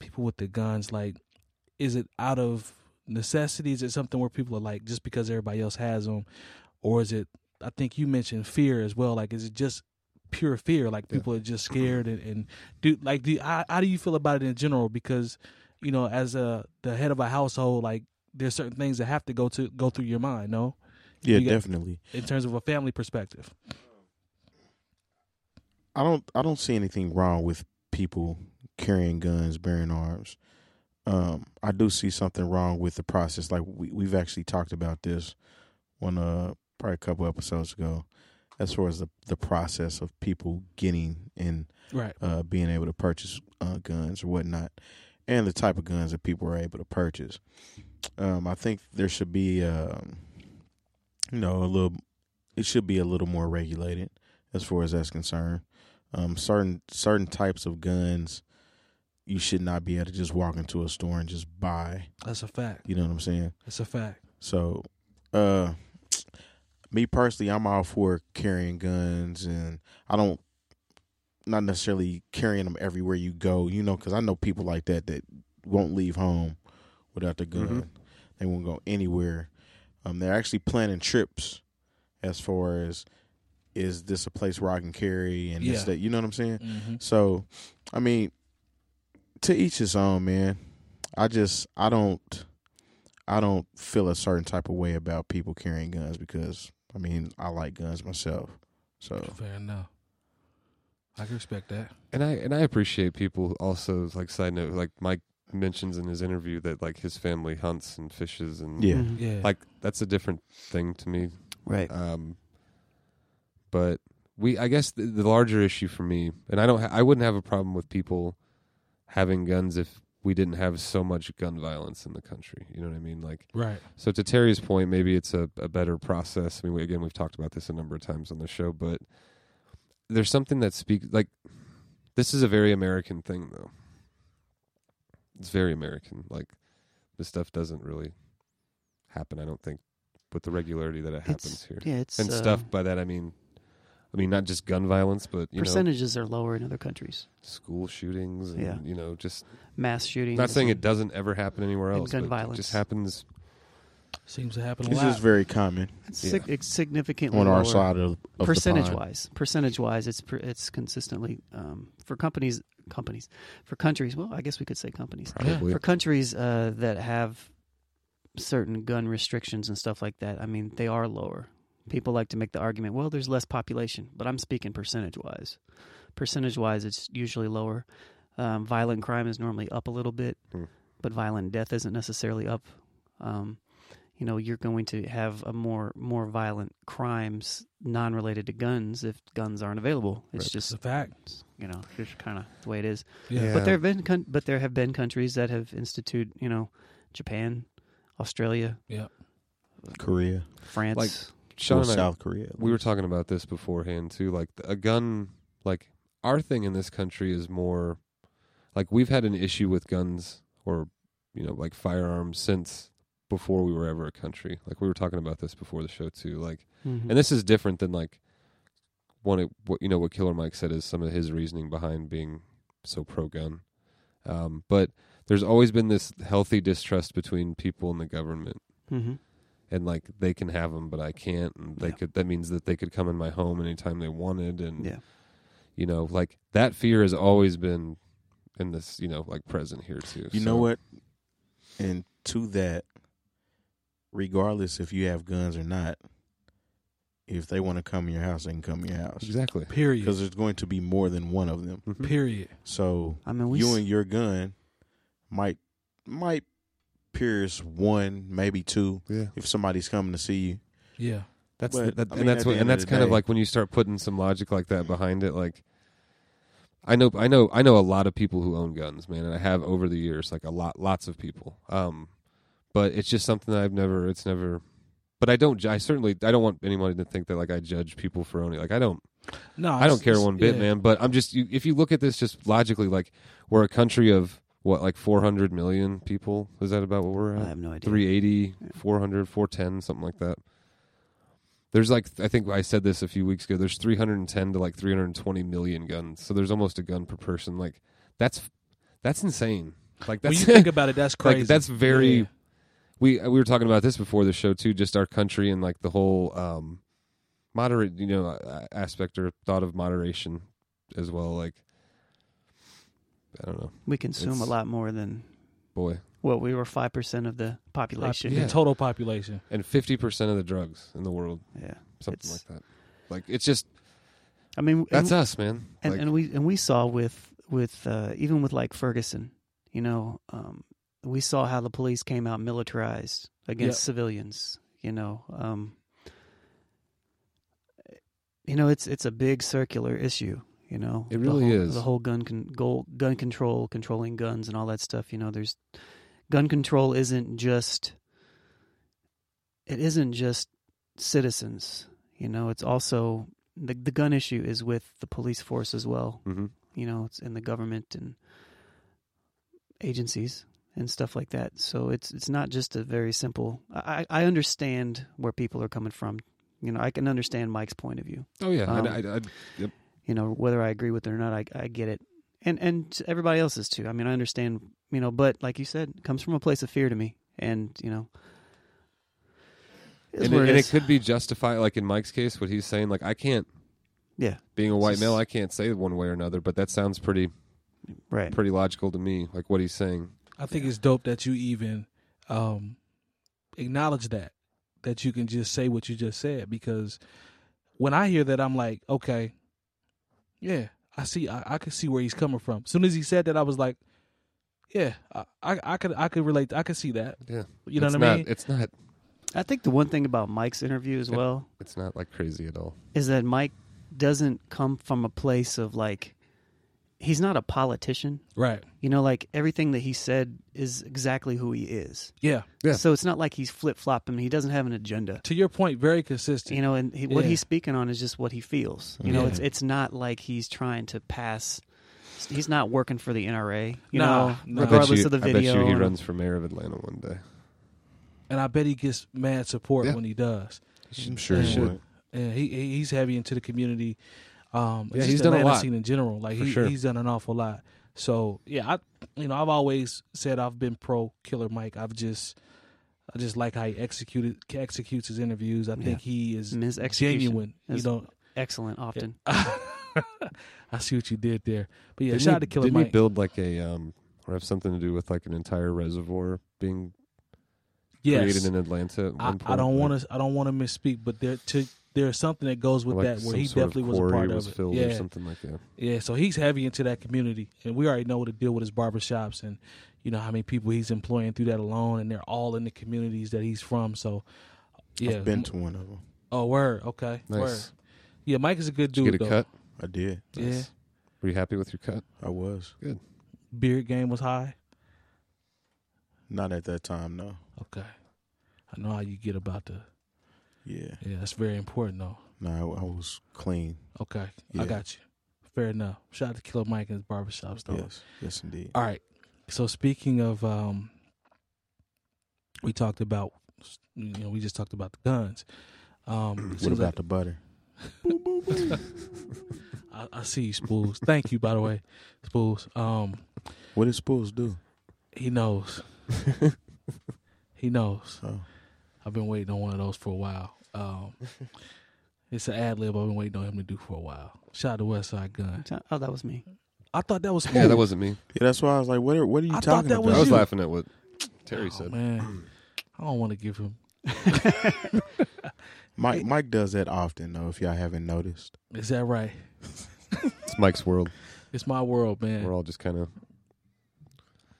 Speaker 2: people with the guns. Like, is it out of necessity? Is it something where people are like just because everybody else has them, or is it? I think you mentioned fear as well. Like, is it just pure fear? Like
Speaker 4: Yeah.
Speaker 2: people are just scared and, and do like do how, how do you feel about it in general? Because you know, as a the head of a household, like there's certain things that have to go to go through your mind, no,
Speaker 1: Yeah,
Speaker 2: You got-
Speaker 1: definitely.
Speaker 2: in terms of a family perspective.
Speaker 1: I don't I don't see anything wrong with people carrying guns, bearing arms. Um, I do see something wrong with the process. Like we we've actually talked about this one uh probably a couple episodes ago, as far as the the process of people getting and
Speaker 2: Right.
Speaker 1: uh, being able to purchase uh, guns or whatnot, and the type of guns that people are able to purchase. Um, I think there should be, um, you know, a little. It should be a little more regulated as far as that's concerned. Um, certain certain types of guns, you should not be able to just walk into a store and just buy.
Speaker 2: That's a fact.
Speaker 1: You know what I'm saying?
Speaker 2: That's a fact.
Speaker 1: So, uh, me personally, I'm all for carrying guns, and I don't not necessarily carrying them everywhere you go. You know, because I know people like that that won't leave home without the gun.
Speaker 4: Mhm.
Speaker 1: They won't go anywhere. Um, they're actually planning trips as far as is this a place where I can carry and this
Speaker 2: Yeah.
Speaker 1: that. You know what I'm saying?
Speaker 2: Mm-hmm.
Speaker 1: So, I mean, to each his own, man. I just I don't I don't feel a certain type of way about people carrying guns because I mean I like guns myself. So
Speaker 2: Fair enough. I can respect that.
Speaker 4: And I and I appreciate people also like side note like Mike mentions in his interview that like his family hunts and fishes and
Speaker 1: yeah,
Speaker 3: Mhm.
Speaker 2: Yeah.
Speaker 4: like that's a different thing to me.
Speaker 3: Right.
Speaker 4: Um but we I guess the, the larger issue for me and I don't ha- I wouldn't have a problem with people having guns if we didn't have so much gun violence in the country. You know what I mean? Like
Speaker 2: Right.
Speaker 4: so to Terry's point, maybe it's a, a better process. I mean, we, again, we've talked about this a number of times on the show, but there's something that speaks like this is a very American thing, though. It's very American. Like this stuff doesn't really happen. I don't think with the regularity that it happens
Speaker 3: It's-
Speaker 4: here
Speaker 3: Yeah, it's
Speaker 4: and
Speaker 3: uh,
Speaker 4: stuff. By that I mean, I mean not just gun violence, but you know,
Speaker 3: Percentages are lower in other countries.
Speaker 4: school shootings. And,
Speaker 3: Yeah.
Speaker 4: you know, just
Speaker 3: Mass shootings.
Speaker 4: not saying it doesn't ever happen anywhere
Speaker 3: And
Speaker 4: else.
Speaker 3: gun
Speaker 4: but It
Speaker 3: violence.
Speaker 4: just happens
Speaker 2: Seems to happen a
Speaker 1: This
Speaker 2: lot.
Speaker 1: is very common
Speaker 3: It's,
Speaker 4: yeah.
Speaker 3: sig- it's significantly
Speaker 1: on our
Speaker 3: lower.
Speaker 1: side of, of the
Speaker 3: percentage
Speaker 1: pond.
Speaker 3: wise percentage wise it's per, it's consistently um, for companies companies for countries well i guess we could say companies
Speaker 4: probably.
Speaker 3: for countries uh, that have certain gun restrictions and stuff like that i mean they are lower people like to make the argument well there's less population but i'm speaking percentage wise percentage wise it's usually lower um, violent crime is normally up a little bit
Speaker 4: Hmm.
Speaker 3: but violent death isn't necessarily up um, you know you're going to have a more more violent crimes non-related to guns if guns aren't available it's
Speaker 4: Right.
Speaker 2: It's
Speaker 3: just
Speaker 2: a fact.
Speaker 3: you know just kind of the way it is
Speaker 2: Yeah.
Speaker 4: Yeah.
Speaker 3: but there have been coun- but there have been countries that have instituted you know japan australia
Speaker 1: Korea,
Speaker 3: france
Speaker 4: Like,
Speaker 1: or
Speaker 4: Sean and I-
Speaker 1: South Korea.
Speaker 4: we were talking about this beforehand too like a gun like our thing in this country is more like we've had an issue with guns or you know like firearms since before we were ever a country like we were talking about this before the show too like
Speaker 3: Mhm.
Speaker 4: and this is different than like one of what you know what Killer Mike said is some of his reasoning behind being so pro gun. Um, but there's always been this healthy distrust between people and the government,
Speaker 3: Mhm.
Speaker 4: and like they can have them, but I can't, and they
Speaker 3: Yeah.
Speaker 4: could. That means that they could come in my home anytime they wanted, and
Speaker 3: yeah
Speaker 4: you know, like that fear has always been in this, you know, like present here too.
Speaker 1: You
Speaker 4: So
Speaker 1: know what? And to that, regardless if you have guns or not, if they want to come in your house, they can come in your house
Speaker 4: Exactly.
Speaker 2: Period.
Speaker 1: because there's going to be more than one of them.
Speaker 4: Mhm.
Speaker 2: Period.
Speaker 1: So
Speaker 3: i mean we
Speaker 1: you
Speaker 3: s-
Speaker 1: and your gun might might pierce one, maybe two,
Speaker 4: Yeah.
Speaker 1: if somebody's coming to see you.
Speaker 2: Yeah.
Speaker 4: That's
Speaker 1: But,
Speaker 4: that,
Speaker 1: I mean,
Speaker 4: and
Speaker 1: at
Speaker 4: that's
Speaker 1: the
Speaker 4: what
Speaker 1: end
Speaker 4: and
Speaker 1: of
Speaker 4: that's
Speaker 1: the
Speaker 4: kind of
Speaker 1: day-
Speaker 4: like when you start putting some logic like that behind it. Like, I know I know I know a lot of people who own guns, man, and I have over the years, like a lot, lots of people. Um, but it's just something that I've never. It's never. But I don't. ju- I certainly. I don't want anyone to think that like I judge people for owning. Like I don't.
Speaker 2: No,
Speaker 4: I don't
Speaker 2: it's-
Speaker 4: care
Speaker 2: it's-
Speaker 4: one bit,
Speaker 2: yeah.
Speaker 4: man. But I'm just. You, if you look at this just logically, like we're a country of what, like 400 million people. Is that about what we're at?
Speaker 3: i have no idea
Speaker 4: 380,
Speaker 3: Yeah.
Speaker 4: 400, 410, something like that. There's like I think I said this a few weeks ago. There's 310 to like 320 million guns. So there's almost a gun per person. Like that's that's insane. Like
Speaker 2: When
Speaker 4: that's
Speaker 2: you think about it, that's crazy.
Speaker 4: (laughs) like that's very
Speaker 2: Yeah.
Speaker 4: we uh, we were talking about this before the show too. Just our country and like the whole um moderate you know uh, aspect or thought of moderation as well. Like I don't know,
Speaker 3: we consume a
Speaker 4: It's-
Speaker 3: lot more than
Speaker 4: boy,
Speaker 3: well we were 5% of the population
Speaker 2: the
Speaker 4: Yeah.
Speaker 2: total population.
Speaker 4: and 50 percent of the drugs in the world,
Speaker 3: yeah
Speaker 4: something
Speaker 3: It's-
Speaker 4: like that. Like it's just
Speaker 3: i mean and-
Speaker 4: That's us, man.
Speaker 3: and,
Speaker 4: Like,
Speaker 3: and we and we saw with with uh, even with like Ferguson, you know, um, we saw how the police came out militarized against
Speaker 2: Yep.
Speaker 3: civilians. You know, um, you know it's it's a big circular issue. You know,
Speaker 4: It
Speaker 3: The
Speaker 4: really
Speaker 3: whole-
Speaker 4: is.
Speaker 3: the whole gun con- goal, gun control, controlling guns and all that stuff. You know, there's gun control isn't just it isn't just citizens. You know, it's also the the gun issue is with the police force as well.
Speaker 4: Mhm.
Speaker 3: You know, it's in the government and agencies and stuff like that. So it's it's not just a very simple. I I I understand where people are coming from. You know, I can understand Mike's point of view.
Speaker 4: oh yeah,
Speaker 3: Um,
Speaker 4: I, I, I, yep.
Speaker 3: You know, whether I agree with it or not, I I get it, and and to everybody else's too. I mean, I understand. You know, but like you said, it comes from a place of fear to me, and you know, is
Speaker 4: and,
Speaker 3: what
Speaker 4: it,
Speaker 3: it
Speaker 4: and it
Speaker 3: is.
Speaker 4: could be justified, like in Mike's case, what he's saying. Like I can't,
Speaker 3: yeah,
Speaker 4: being a
Speaker 3: It's
Speaker 4: white
Speaker 3: just-
Speaker 4: male, I can't say one way or another. But that sounds pretty,
Speaker 3: right.
Speaker 4: pretty logical to me. Like what he's saying.
Speaker 2: I think it's dope that you even um, acknowledge that that you can just say what you just said because when I hear that I'm like, okay, yeah, I see, I, I can see where he's coming from. As soon as he said that, I was like, yeah, I, I, I could, I could relate, I could see that.
Speaker 4: Yeah,
Speaker 2: You know
Speaker 4: it's
Speaker 2: what I
Speaker 4: not,
Speaker 2: mean?
Speaker 4: It's not,
Speaker 3: I think the one thing about Mike's interview as
Speaker 4: Yeah.
Speaker 3: well
Speaker 4: it's not like crazy at all.
Speaker 3: is that Mike doesn't come from a place of like he's not a politician.
Speaker 2: Right.
Speaker 3: You know, like everything that he said is exactly who he is.
Speaker 2: Yeah.
Speaker 4: Yeah.
Speaker 3: So it's not like he's flip flopping. He doesn't have an agenda.
Speaker 2: To your point, very consistent.
Speaker 3: You know, and he, what
Speaker 2: Yeah.
Speaker 3: he's speaking on is just what he feels. You know,
Speaker 2: Yeah.
Speaker 3: it's it's not like he's trying to pass. He's not working for the NRA. You
Speaker 2: Nah,
Speaker 3: know,
Speaker 2: nah. I bet
Speaker 3: regardless
Speaker 4: you,
Speaker 3: of the
Speaker 4: I bet
Speaker 3: video.
Speaker 4: you he
Speaker 3: and-
Speaker 4: runs for mayor of Atlanta one day.
Speaker 2: and I bet he gets mad support
Speaker 4: Yeah.
Speaker 2: when he does.
Speaker 4: I'm sure
Speaker 2: Yeah.
Speaker 4: he would.
Speaker 2: And he he- he's heavy into the community. Um,
Speaker 4: Yeah,
Speaker 2: just
Speaker 4: he's done a
Speaker 2: Atlanta
Speaker 4: lot.
Speaker 2: scene in general. Like
Speaker 4: For
Speaker 2: he,
Speaker 4: sure.
Speaker 2: he's done an awful lot. So yeah, I you know I've always said I've been pro Killer Mike. I've just I just like how he executed executes his interviews. I
Speaker 3: Yeah.
Speaker 2: think he is
Speaker 4: Mm.
Speaker 3: And his execution
Speaker 2: genuine.
Speaker 3: is-
Speaker 2: you know,
Speaker 3: excellent often.
Speaker 2: (laughs) I see what you did there. But yeah,
Speaker 4: Didn't
Speaker 2: shout
Speaker 4: he-
Speaker 2: out to Killer
Speaker 4: didn't
Speaker 2: Mike.
Speaker 4: he build like a um, or have something to do with like an entire reservoir being created
Speaker 2: yes,
Speaker 4: in Atlanta? At
Speaker 2: I,
Speaker 4: one point?
Speaker 2: I don't want to I don't want to misspeak, but there to there's something that goes with
Speaker 4: Like
Speaker 2: that where
Speaker 4: some
Speaker 2: he
Speaker 4: sort of
Speaker 2: definitely was a
Speaker 4: quarry
Speaker 2: part
Speaker 4: was
Speaker 2: of it.
Speaker 4: filled or
Speaker 2: Yeah,
Speaker 4: something like that.
Speaker 2: yeah. So he's heavy into that community, and we already know what to deal with his barbershops and you know how many people he's employing through that alone, and they're all in the communities that he's from. So yeah,
Speaker 1: I've been to one of them.
Speaker 2: oh word, okay, word.
Speaker 4: Nice.
Speaker 2: Yeah, Mike is a good
Speaker 4: Did
Speaker 2: dude.
Speaker 4: you get a
Speaker 2: though.
Speaker 4: cut?
Speaker 1: I did.
Speaker 2: Yeah,
Speaker 4: Nice. Were you happy with your cut?
Speaker 1: I was
Speaker 2: beard game was high.
Speaker 1: not at that time. No.
Speaker 2: Okay, I know how you get about the.
Speaker 1: Yeah.
Speaker 2: Yeah, that's very important though.
Speaker 1: No, I, I was clean.
Speaker 2: Okay, I
Speaker 1: Yeah.
Speaker 2: got you. Fair enough. Shout out to Killer Mike and his barbershop store.
Speaker 1: Yes. Yes, indeed.
Speaker 2: All right. So speaking of, um, we talked about, you know, we just talked about the guns. Um,
Speaker 1: (clears throat) What
Speaker 2: so
Speaker 1: about the butter?
Speaker 2: I, I see you, Spools. Thank you, by the way, Spools. Um,
Speaker 1: What did spools do?
Speaker 2: (laughs) he knows. he knows.
Speaker 1: Oh.
Speaker 2: I've been waiting on one of those for a while. Um, it's an ad lib I've been waiting on him to do for a while. Shout out to West Side Gun.
Speaker 3: Oh, that was
Speaker 4: (laughs)
Speaker 3: me. (laughs)
Speaker 2: I thought that was Spools.
Speaker 4: Yeah, that wasn't me.
Speaker 1: Yeah, that's why I was like, "What are What are you
Speaker 2: I thought
Speaker 1: talking
Speaker 2: that
Speaker 1: about?"
Speaker 2: was
Speaker 4: I was
Speaker 2: you.
Speaker 4: laughing at what Terry
Speaker 2: Oh,
Speaker 4: said.
Speaker 2: Man, I don't want to give him.
Speaker 1: Mike Mike does that often, though. If y'all haven't noticed,
Speaker 2: Is that right?
Speaker 4: It's Mike's world.
Speaker 2: It's my world, man.
Speaker 4: We're all just kind of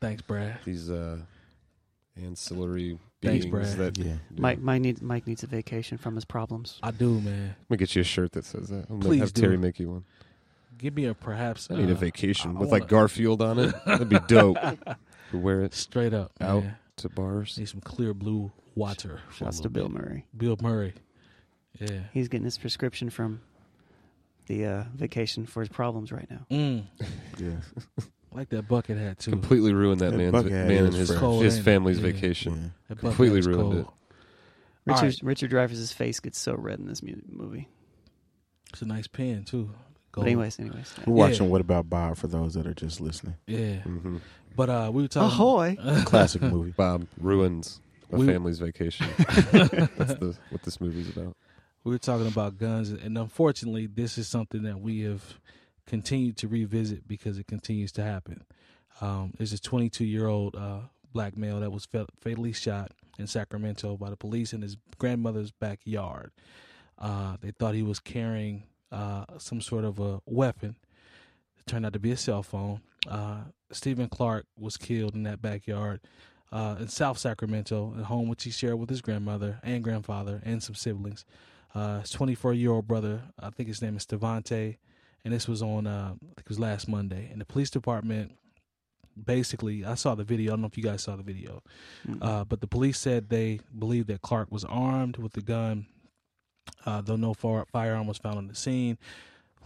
Speaker 2: Thanks, Brad.
Speaker 4: these uh, ancillary
Speaker 2: Thanks,
Speaker 4: beings
Speaker 2: Brad.
Speaker 4: that.
Speaker 1: yeah.
Speaker 4: do-
Speaker 3: Mike, Mike needs Mike needs a vacation from his problems.
Speaker 2: I do, man.
Speaker 4: I'm gonna get you a shirt that says that. I'm
Speaker 2: Please
Speaker 4: gonna have
Speaker 2: do.
Speaker 4: Terry make you one.
Speaker 2: Give me a perhaps.
Speaker 4: I need a
Speaker 2: uh,
Speaker 4: vacation
Speaker 2: I
Speaker 4: with
Speaker 2: wanna-
Speaker 4: like Garfield
Speaker 2: (laughs)
Speaker 4: on it. That'd be (laughs) dope. We wear it
Speaker 2: Straight up,
Speaker 4: Out.
Speaker 2: man.
Speaker 4: to bars.
Speaker 2: Need some clear blue water. for a
Speaker 3: Shouts to
Speaker 2: little
Speaker 3: Bill
Speaker 2: bit.
Speaker 3: Murray.
Speaker 2: Bill Murray. Yeah.
Speaker 3: He's getting his prescription from the uh, vacation for his problems right now.
Speaker 2: Mm.
Speaker 1: Yeah.
Speaker 2: Like that bucket hat too.
Speaker 4: Completely ruined that
Speaker 1: That
Speaker 4: man's
Speaker 1: bucket hat
Speaker 4: man and
Speaker 1: is
Speaker 4: his
Speaker 1: fresh.
Speaker 2: Cold,
Speaker 4: his
Speaker 2: ain't it?
Speaker 4: family's
Speaker 2: Yeah.
Speaker 1: yeah.
Speaker 4: vacation.
Speaker 2: That bucket
Speaker 4: completely
Speaker 2: hat is
Speaker 4: ruined
Speaker 2: cold.
Speaker 4: it.
Speaker 2: All
Speaker 3: Richard
Speaker 2: right.
Speaker 3: Richard Dreyfuss' face gets so red in this mu- movie.
Speaker 2: It's a nice pen too.
Speaker 3: But
Speaker 2: Gold.
Speaker 3: anyways, anyways. yeah.
Speaker 1: We're watching What About Bob for those that are just listening.
Speaker 2: (laughs) Yeah.
Speaker 4: hmm
Speaker 2: But uh, we were talking. (laughs)
Speaker 3: Ahoy.
Speaker 1: Classic movie.
Speaker 4: Bob ruins a
Speaker 2: We-
Speaker 4: family's vacation.
Speaker 2: (laughs)
Speaker 4: That's the, what this movie's about.
Speaker 2: We were talking about guns, and unfortunately, this is something that we have continued to revisit because it continues to happen. Um, there's a 22 year old uh, black male that was fa- fatally shot in Sacramento by the police in his grandmother's backyard. Uh, they thought he was carrying uh, some sort of a weapon. It turned out to be a cell phone. Uh, Stephen Clark was killed in that backyard uh, in South Sacramento, a home which he shared with his grandmother and grandfather and some siblings. Uh, his 24 year old brother, I think his name is Devante, and this was on, uh, I think it was last Monday. And the police department basically, I saw the video. I don't know if you guys saw the video,
Speaker 3: Mm.
Speaker 2: uh, but the police said they believed that Clark was armed with a gun, uh, though no far- firearm was found on the scene.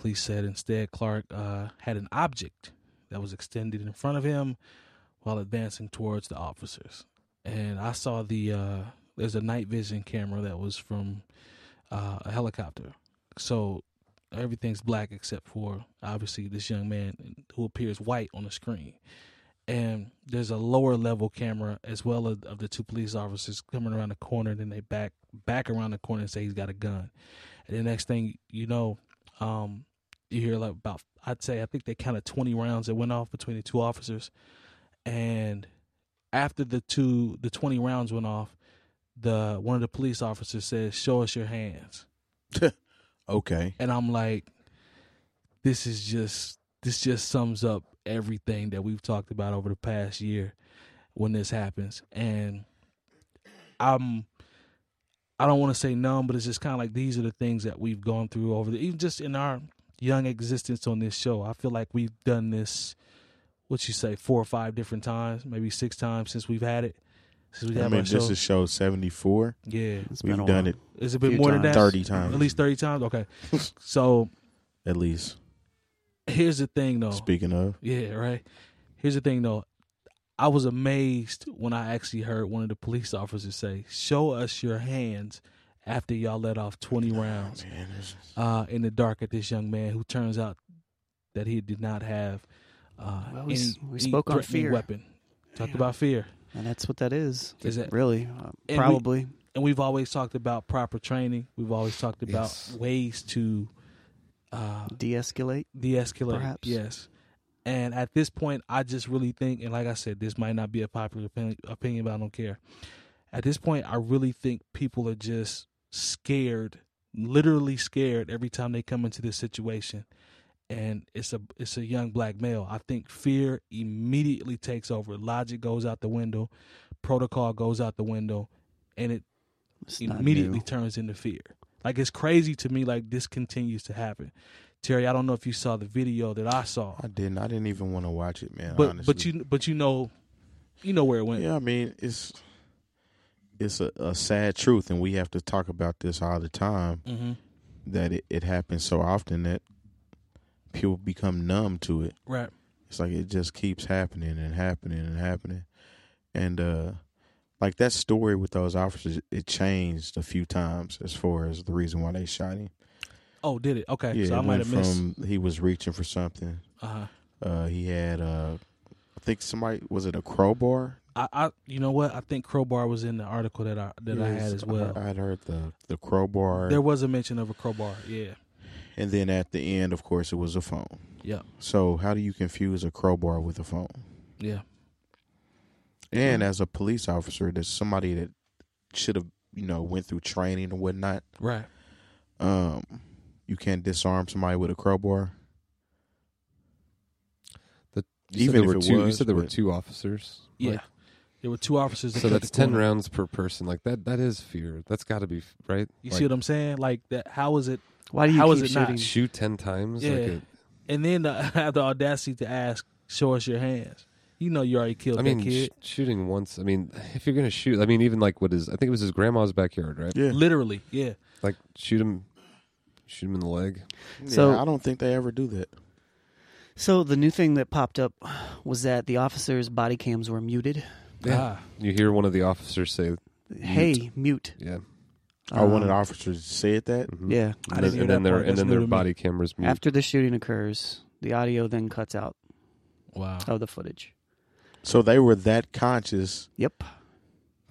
Speaker 2: Police said instead Clark uh, had an object that was extended in front of him while advancing towards the officers. And I saw the uh, there's a night vision camera that was from uh, a helicopter, so everything's black except for obviously this young man who appears white on the screen. And there's a lower level camera as well of, of the two police officers coming around the corner. Then they back back around the corner and say he's got a gun. And the next thing you know, um, you hear like about I'd say I think they counted 20 rounds that went off between the two officers and after the two the 20 rounds went off the one of the police officers says show us your hands
Speaker 1: Okay.
Speaker 2: and i'm like this is just this just sums up everything that we've talked about over the past year when this happens and i'm i don't want to say numb but it's just kind of like these are the things that we've gone through over the even just in our young existence on this show. I feel like we've done this, what you say, four or five different times, maybe six times since we've had it. Since we
Speaker 1: I
Speaker 2: have
Speaker 1: mean,
Speaker 2: our
Speaker 1: this
Speaker 2: show.
Speaker 1: is show 74.
Speaker 2: yeah,
Speaker 3: It's
Speaker 1: We've
Speaker 3: been a
Speaker 1: done
Speaker 3: while.
Speaker 1: it
Speaker 2: is it been
Speaker 3: Few
Speaker 2: more than
Speaker 3: times.
Speaker 2: that?
Speaker 1: 30 times.
Speaker 2: At least thirty times.
Speaker 1: (laughs)
Speaker 2: Okay, so
Speaker 1: At least.
Speaker 2: here's the thing, though.
Speaker 1: Speaking of,
Speaker 2: Yeah, right. Here's the thing though. I was amazed when I actually heard one of the police officers say, "Show us your hands after y'all let off 20 rounds
Speaker 1: man, this is-
Speaker 2: uh, in the dark at this young man who turns out that he did not have uh,
Speaker 3: Well, we
Speaker 2: any-
Speaker 3: s-
Speaker 2: any
Speaker 3: we spoke on
Speaker 2: threatening
Speaker 3: fear.
Speaker 2: weapon. Talked
Speaker 3: Yeah.
Speaker 2: about fear.
Speaker 3: and that's what that is.
Speaker 2: Is it?
Speaker 3: Really, uh,
Speaker 2: we-
Speaker 3: probably.
Speaker 2: and we've always talked about proper training. We've always talked about
Speaker 4: Yes.
Speaker 2: ways to uh,
Speaker 3: de-escalate.
Speaker 2: de-escalate.
Speaker 3: Perhaps.
Speaker 2: Yes. And at this point, I just really think, and like I said, this might not be a popular opinion, opinion, but I don't care. At this point, I really think people are just scared, literally scared, every time they come into this situation. And it's a it's a young black male. I think fear immediately takes over. Logic goes out the window, protocol goes out the window, and it
Speaker 3: It's not
Speaker 2: immediately
Speaker 3: new.
Speaker 2: turns into fear. Like it's crazy to me. Like this continues to happen. Terry, I don't know if you saw the video that I saw,
Speaker 1: I didn't. I didn't even want to watch it, man.
Speaker 2: but
Speaker 1: honestly.
Speaker 2: but you but you know, you know where it went.
Speaker 1: Yeah, I mean, it's it's a, a sad truth, and we have to talk about this all the time.
Speaker 2: hmm
Speaker 1: That it, it happens so often that people become numb to it.
Speaker 2: Right.
Speaker 1: It's like it just keeps happening and happening and happening, and uh, like that story with those officers, it changed a few times as far as the reason why they shot him.
Speaker 2: Oh, did it? Okay.
Speaker 1: yeah,
Speaker 2: so I
Speaker 1: it
Speaker 2: might
Speaker 1: went
Speaker 2: have missed.
Speaker 1: from he was reaching for something.
Speaker 2: uh
Speaker 1: Uh, he had uh, I think somebody was it a crowbar
Speaker 2: I, I you know what? I think crowbar was in the article that I that I
Speaker 1: Yes,
Speaker 2: had as well.
Speaker 1: I, would heard the the crowbar,
Speaker 2: there was a mention of a crowbar. Yeah.
Speaker 1: and then at the end, of course, it was a phone.
Speaker 2: Yeah.
Speaker 1: So how do you confuse a crowbar with a phone?
Speaker 2: Yeah.
Speaker 1: And as a police officer, there's somebody that should have you know went through training and whatnot.
Speaker 2: Right.
Speaker 1: Um, you can't disarm somebody with a crowbar.
Speaker 4: You
Speaker 1: Even
Speaker 4: said there
Speaker 1: if
Speaker 4: were
Speaker 1: it
Speaker 4: two, you
Speaker 1: was,
Speaker 4: said there were
Speaker 1: but-
Speaker 4: two officers.
Speaker 2: Yeah.
Speaker 4: Like,
Speaker 2: there were two officers. That
Speaker 4: so
Speaker 2: cut
Speaker 4: that's
Speaker 2: the
Speaker 4: ten
Speaker 2: corner.
Speaker 4: rounds per person. Like that. That is fear. That's got to be f- right.
Speaker 2: You
Speaker 4: Like,
Speaker 2: see what I'm saying? Like that. How is it?
Speaker 3: Why do you
Speaker 2: How
Speaker 3: keep
Speaker 2: is it not?
Speaker 3: shooting?
Speaker 4: shoot ten times. Like
Speaker 2: Yeah.
Speaker 4: it,
Speaker 2: And then (laughs) the, have the audacity to ask, "Show us your hands." You know, you already killed
Speaker 4: I mean,
Speaker 2: that kid.
Speaker 4: sh- shooting once. I mean, if you're gonna shoot, I mean, even like what is? I think it was his grandma's backyard, right?
Speaker 1: Yeah.
Speaker 2: Literally, yeah.
Speaker 4: Like shoot him, shoot him in the leg.
Speaker 1: So
Speaker 3: So-
Speaker 1: I don't think they ever do that.
Speaker 3: So the new thing that popped up was that the officers' body cams were muted.
Speaker 2: Ah,
Speaker 4: You hear one of the officers say,
Speaker 3: Hey, mute.
Speaker 4: "Yeah."
Speaker 1: I wanted
Speaker 3: Um,
Speaker 1: officers said that.
Speaker 4: mhm.
Speaker 3: Yeah.
Speaker 2: I
Speaker 4: And
Speaker 2: didn't
Speaker 4: then,
Speaker 2: hear
Speaker 4: and then
Speaker 2: that
Speaker 4: their
Speaker 2: part.
Speaker 4: and
Speaker 2: That's
Speaker 4: then
Speaker 2: new to
Speaker 4: their
Speaker 2: me.
Speaker 4: body cameras mute.
Speaker 3: After the shooting occurs, the audio then cuts out
Speaker 2: wow.
Speaker 3: of the footage.
Speaker 1: So they were that conscious
Speaker 3: Yep.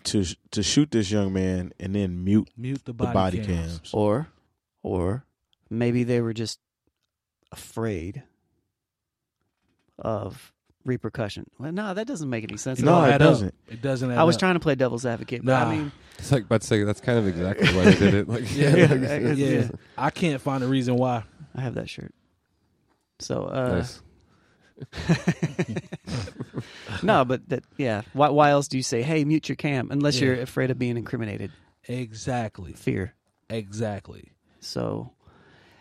Speaker 1: to sh- to shoot this young man and then mute
Speaker 2: Mute the
Speaker 1: the
Speaker 2: body,
Speaker 1: body,
Speaker 2: cams. Oh,
Speaker 1: cams.
Speaker 3: Or, or maybe they were just afraid of repercussion. Well, no, that doesn't make any sense. at
Speaker 1: No,
Speaker 3: all.
Speaker 1: it
Speaker 2: add up.
Speaker 1: doesn't.
Speaker 2: It doesn't. Add
Speaker 3: I was
Speaker 2: up.
Speaker 3: trying to play devil's advocate, but
Speaker 2: Nah.
Speaker 3: I mean,
Speaker 4: It's like about to say that's kind of exactly why they did it. (laughs) Like,
Speaker 2: (laughs) Yeah,
Speaker 4: like,
Speaker 3: yeah,
Speaker 4: it's-
Speaker 2: Yeah,
Speaker 3: Yeah.
Speaker 2: I can't find a reason why.
Speaker 3: I have that shirt. So uh, (laughs)
Speaker 4: nice.
Speaker 3: no, but that yeah. Why, why else do you say, "Hey, mute your cam"? Unless
Speaker 2: Yeah.
Speaker 3: you're afraid of being incriminated,
Speaker 2: Exactly.
Speaker 3: fear.
Speaker 2: Exactly.
Speaker 3: So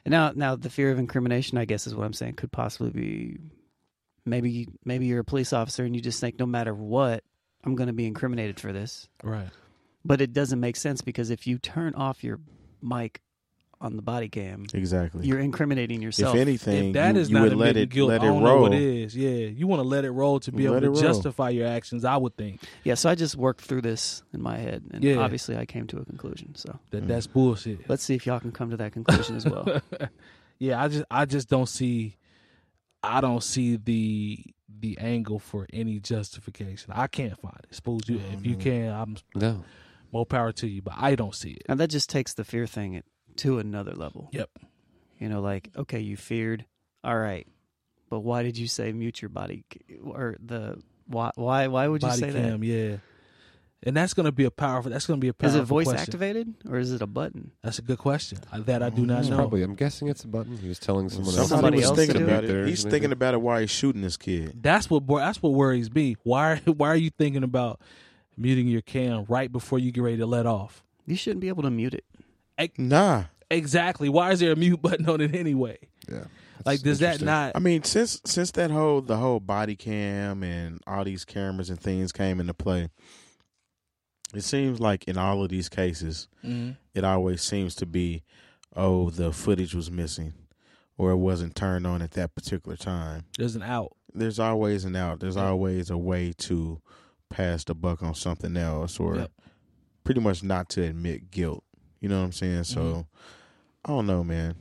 Speaker 3: and now, now the fear of incrimination, I guess, is what I'm saying. Could possibly be maybe maybe you're a police officer and you just think, no matter what, I'm going to be incriminated for this.
Speaker 2: Right.
Speaker 3: But it doesn't make sense because if you turn off your mic on the body cam,
Speaker 1: Exactly.
Speaker 3: you're incriminating yourself.
Speaker 1: if anything,
Speaker 2: if that
Speaker 1: you,
Speaker 2: is
Speaker 1: you
Speaker 2: not
Speaker 1: would
Speaker 2: admitting
Speaker 1: let it
Speaker 2: guilt,
Speaker 1: let
Speaker 2: I
Speaker 1: it
Speaker 2: don't know
Speaker 1: roll.
Speaker 2: what is. Yeah, you want to let it roll to be able
Speaker 1: Let it
Speaker 2: to
Speaker 1: roll.
Speaker 2: justify your actions. I would think
Speaker 3: yeah, so I just worked through this in my head, and
Speaker 2: Yeah.
Speaker 3: obviously I came to a conclusion. So
Speaker 2: that
Speaker 1: Mm.
Speaker 2: that's bullshit.
Speaker 3: let's see if y'all can come to that conclusion as
Speaker 1: (laughs)
Speaker 3: well.
Speaker 2: yeah, I just I just don't see I don't see the the angle for any justification. I can't find it. Suppose you if
Speaker 3: Mm-hmm.
Speaker 2: you can, I'm
Speaker 4: No,
Speaker 2: more power to you, but I don't see it.
Speaker 3: And that just takes the fear thing it, to another level.
Speaker 2: Yep.
Speaker 3: You know, like, okay, you feared. All right. But why did you say mute your body c- or the why why why would you
Speaker 2: Body
Speaker 3: say
Speaker 2: cam, yeah. And that's going to be a powerful. That's going to be a
Speaker 3: that? Is
Speaker 2: powerful.
Speaker 3: it voice
Speaker 2: question.
Speaker 3: activated or is it a button?
Speaker 2: That's a good question I- that I do not
Speaker 1: It's
Speaker 3: Mm-hmm.
Speaker 2: know.
Speaker 4: probably. I'm guessing it's a button. He was telling someone else.
Speaker 3: Somebody
Speaker 1: was
Speaker 3: else
Speaker 1: thinking
Speaker 3: do it?
Speaker 1: about it.
Speaker 4: There,
Speaker 1: He's
Speaker 4: maybe.
Speaker 1: thinking about it while he's shooting this kid.
Speaker 2: That's what wor- that's what worries me. Why (laughs) are- why are you thinking about muting your cam right before you get ready to let off?
Speaker 3: You shouldn't be able to mute it.
Speaker 1: Nah,
Speaker 2: (laughs) Exactly. Why is there a mute button on it anyway?
Speaker 4: Yeah. That's
Speaker 2: Like, does that
Speaker 4: interesting.
Speaker 2: not?
Speaker 1: I mean, since since that whole the whole body cam and all these cameras and things came into play, it seems like in all of these cases,
Speaker 2: Mhm.
Speaker 1: it always seems to be, oh, the footage was missing, or it wasn't turned on at that particular time.
Speaker 2: There's an out.
Speaker 1: There's always an out. There's always a way to pass the buck on something else, or
Speaker 2: Yep.
Speaker 1: pretty much not to admit guilt. You know what I'm saying?
Speaker 2: Mm-hmm.
Speaker 1: So I don't know, man.